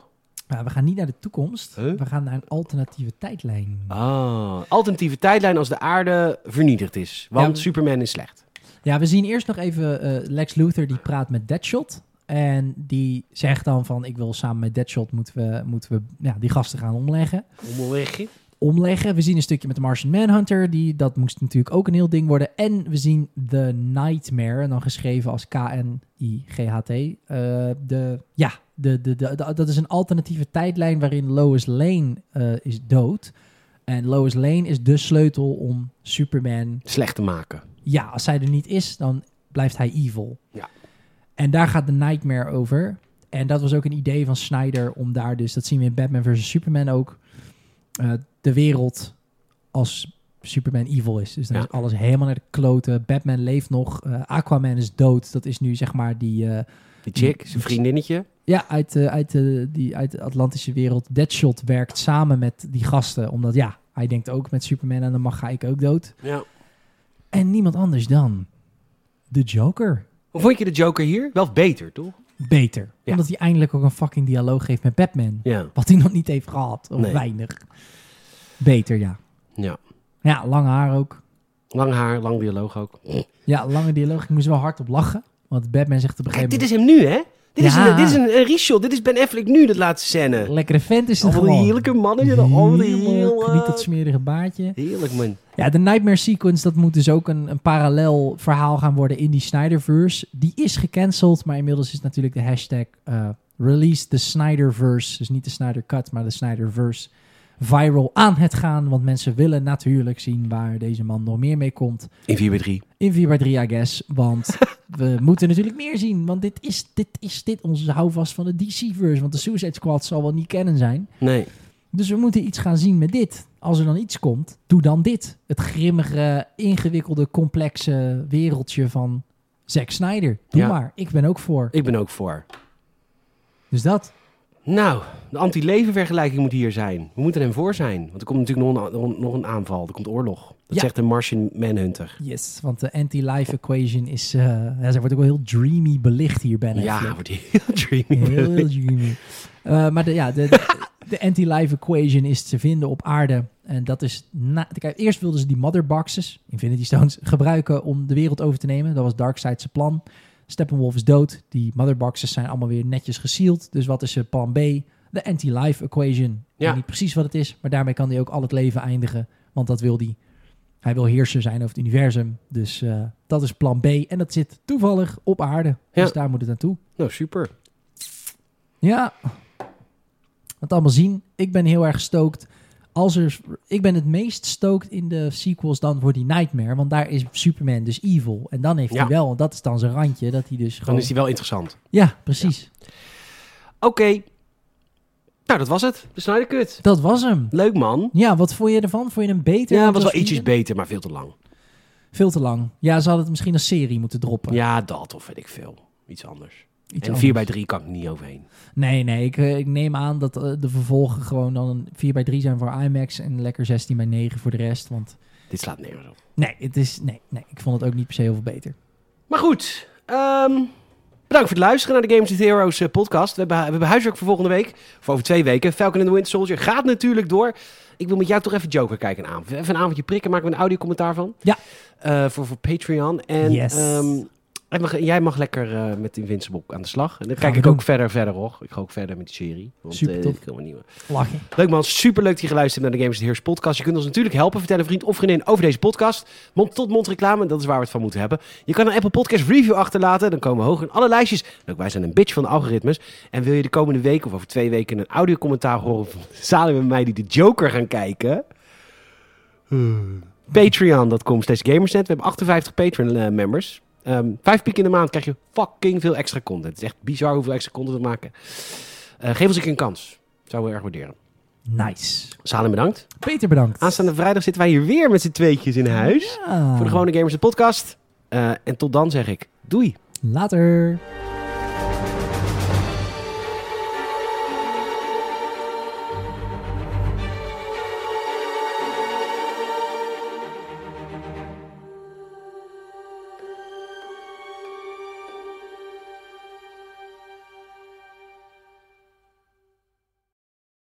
Speaker 2: Maar Nou, we gaan niet naar de toekomst.
Speaker 1: Huh?
Speaker 2: We gaan naar een alternatieve tijdlijn.
Speaker 1: Ah, alternatieve tijdlijn als de aarde vernietigd is. Want
Speaker 2: Ja.
Speaker 1: Superman is slecht.
Speaker 2: Ja, we zien eerst nog even eh, Lex Luthor die praat met Deadshot. En die zegt dan van, ik wil samen met Deadshot moeten we, moeten we ja, die gasten gaan omleggen.
Speaker 1: Omwegje.
Speaker 2: omleggen. We zien een stukje met de Martian Manhunter. Die, dat moest natuurlijk ook een heel ding worden. En we zien The Nightmare. En dan geschreven als K-N-I-G-H-T. Eh, de, ja, de, de, de, de- dat is een alternatieve tijdlijn waarin Lois Lane eh, is dood. En Lois Lane is de sleutel om Superman...
Speaker 1: Slecht te maken.
Speaker 2: Ja, als zij er niet is, dan blijft hij evil.
Speaker 1: Ja.
Speaker 2: En daar gaat The Nightmare over. En dat was ook een idee van Snyder om daar dus... Dat zien we in Batman vs. Superman ook. eh, de wereld als Superman evil is. Dus dan
Speaker 1: Ja.
Speaker 2: is alles helemaal naar de kloten. Batman leeft nog. eh, Aquaman is dood. Dat is nu zeg maar die... eh,
Speaker 1: Die chick, zijn vriendinnetje.
Speaker 2: ja, uit, eh, uit, eh, die, uit de Atlantische wereld. Deadshot werkt samen met die gasten. Omdat ja, hij denkt ook met Superman... en dan mag ga ik ook dood.
Speaker 1: Ja.
Speaker 2: En niemand anders dan... De Joker.
Speaker 1: Hoe vond je de Joker hier? Wel beter, toch?
Speaker 2: beter.
Speaker 1: Ja.
Speaker 2: Omdat hij eindelijk ook een fucking dialoog heeft met Batman.
Speaker 1: Ja.
Speaker 2: Wat hij nog niet heeft gehad, of
Speaker 1: Nee.
Speaker 2: weinig. Beter, ja.
Speaker 1: ja.
Speaker 2: Ja, lang haar ook.
Speaker 1: Lang haar, lang dialoog ook.
Speaker 2: Ja, lange dialoog. Ik moest wel hard op lachen. Want Batman zegt op een
Speaker 1: Kijk,
Speaker 2: gegeven
Speaker 1: dit
Speaker 2: moment...
Speaker 1: is hem nu, hè? Dit is,
Speaker 2: Ja.
Speaker 1: een, dit is een, een reshoot. Dit is Ben Affleck nu, dat laatste scène.
Speaker 2: Lekkere vent is het
Speaker 1: Al
Speaker 2: gewoon.
Speaker 1: die heerlijke mannetje. Al die
Speaker 2: Heerlijk. Niet dat
Speaker 1: heerlijke...
Speaker 2: smerige baardje.
Speaker 1: Heerlijk, man.
Speaker 2: Ja, de Nightmare Sequence, dat moet dus ook een, een parallel verhaal gaan worden in die Snyderverse. Die is gecanceld, maar inmiddels is natuurlijk de hashtag eh, release the Snyderverse. Dus niet de Snyder Cut, maar de Snyderverse viral aan het gaan. Want mensen willen natuurlijk zien waar deze man nog meer mee komt.
Speaker 1: In 4 bij 3
Speaker 2: In 4x3, I guess. Want we moeten natuurlijk meer zien. Want dit is, dit is dit onze houvast van de DC-verse. Want de Suicide Squad zal wel niet kennen zijn.
Speaker 1: Nee.
Speaker 2: Dus we moeten iets gaan zien met dit. Als er dan iets komt, doe dan dit. Het grimmige, ingewikkelde, complexe wereldje van Zack Snyder. Doe
Speaker 1: Ja.
Speaker 2: maar, ik ben ook voor.
Speaker 1: Ik ben ook voor.
Speaker 2: Dus dat.
Speaker 1: Nou, de anti-levenvergelijking moet hier zijn. We moeten hem voor zijn. Want er komt natuurlijk nog een, nog een- nog een aanval. Er komt oorlog. Dat
Speaker 2: Ja.
Speaker 1: zegt de Martian Manhunter.
Speaker 2: Yes, want de anti-life equation is... eh ja, ze wordt ook wel heel dreamy belicht hier, Ben
Speaker 1: Ja,
Speaker 2: Affleck.
Speaker 1: wordt heel dreamy.
Speaker 2: Heel, heel dreamy. Eh, maar de, ja, de, de, de anti-life equation is te vinden op aarde. En dat is... Na, kijk, eerst wilden ze die mother boxes, Infinity Stones, gebruiken om de wereld over te nemen. Dat was Darkseid's plan. Steppenwolf is dood. Die mother boxes zijn allemaal weer netjes gesealed. Dus wat is zijn plan B? De anti-life equation. Ik
Speaker 1: Ja.
Speaker 2: weet niet precies wat het is, maar daarmee kan hij ook al het leven eindigen. Want dat wil hij. Hij wil heerser zijn over het universum. Dus eh, dat is plan B. En dat zit toevallig op aarde.
Speaker 1: Ja.
Speaker 2: Dus daar moet het naartoe.
Speaker 1: Nou, super.
Speaker 2: Ja. Het allemaal zien. Ik ben heel erg stookt. Als er, ik ben het meest stookt in de sequels dan voor die Nightmare. Want daar is Superman dus evil. En dan heeft
Speaker 1: Ja.
Speaker 2: hij wel, want dat is dan zijn randje. Dat hij dus gewoon...
Speaker 1: Dan is die wel interessant.
Speaker 2: Ja, precies.
Speaker 1: Oké. Nou, dat was het. De Snydercut.
Speaker 2: Dat was hem.
Speaker 1: Leuk, man.
Speaker 2: Ja, wat vond je ervan? Vond je hem beter?
Speaker 1: Ja,
Speaker 2: dan
Speaker 1: was wel
Speaker 2: Joss
Speaker 1: ietsjes
Speaker 2: Whedon?
Speaker 1: beter, maar veel te lang.
Speaker 2: Veel te lang. Ja, ze hadden het misschien als serie moeten droppen.
Speaker 1: Ja, dat of weet ik veel. Iets anders.
Speaker 2: Iets
Speaker 1: en
Speaker 2: anders.
Speaker 1: 4 bij 3 kan ik niet overheen.
Speaker 2: Nee, nee. Ik, eh, ik neem aan dat eh, de vervolgen gewoon dan een 4 bij 3 zijn voor IMAX. En lekker 16 bij 9 voor de rest. Want
Speaker 1: Dit slaat nergens op.
Speaker 2: nee, het is, nee, nee, ik vond het ook niet per se heel veel beter.
Speaker 1: Maar goed, ehm, Bedankt voor het luisteren naar de Games with Heroes eh, podcast. We hebben, we hebben huiswerk voor volgende week. Of over twee weken. Falcon and the Winter Soldier gaat natuurlijk door. Ik wil met jou toch even Joker kijken een avond. Even een avondje prikken. Maken we een audiocommentaar van.
Speaker 2: Ja.
Speaker 1: Eh, voor, voor Patreon. En
Speaker 2: Yes.
Speaker 1: ehm, en mag- jij mag lekker eh, met Invincible aan de slag. En dan
Speaker 2: Gaan
Speaker 1: kijk
Speaker 2: we
Speaker 1: ik
Speaker 2: doen.
Speaker 1: ook verder, verder hoor. Ik ga ook verder met die serie. Want,
Speaker 2: Super
Speaker 1: eh,
Speaker 2: tof.
Speaker 1: dit kan maar niet meer.
Speaker 2: Lachen.
Speaker 1: Leuk man, super leuk dat je geluisterd hebt naar de Games Heroes podcast. Je kunt ons natuurlijk helpen. Vertel een vriend of vriendin over deze podcast. Mond tot mond reclame, dat is waar we het van moeten hebben. Je kan een Apple Podcast review achterlaten. Dan komen we hoog in alle lijstjes. En ook wij zijn een bitch van de algoritmes. En wil je de komende week of over twee weken een audiocommentaar horen van Salim en mij die de Joker gaan kijken? Hmm. Patreon.com slash gamersnet. We hebben 58 Patreon eh, members. Ehm, vijf piek in de maand krijg je fucking veel extra content. Het is echt bizar hoeveel extra content we maken. Eh, geef ons een keer een kans. Zouden we erg waarderen.
Speaker 2: Nice.
Speaker 1: Salim, bedankt.
Speaker 2: Peter, bedankt. Ah,
Speaker 1: Aanstaande vrijdag zitten wij hier weer met z'n tweetjes in huis.
Speaker 2: Ja.
Speaker 1: Voor de Gewone Gamers de podcast. Eh, en tot dan zeg ik, doei.
Speaker 2: Later.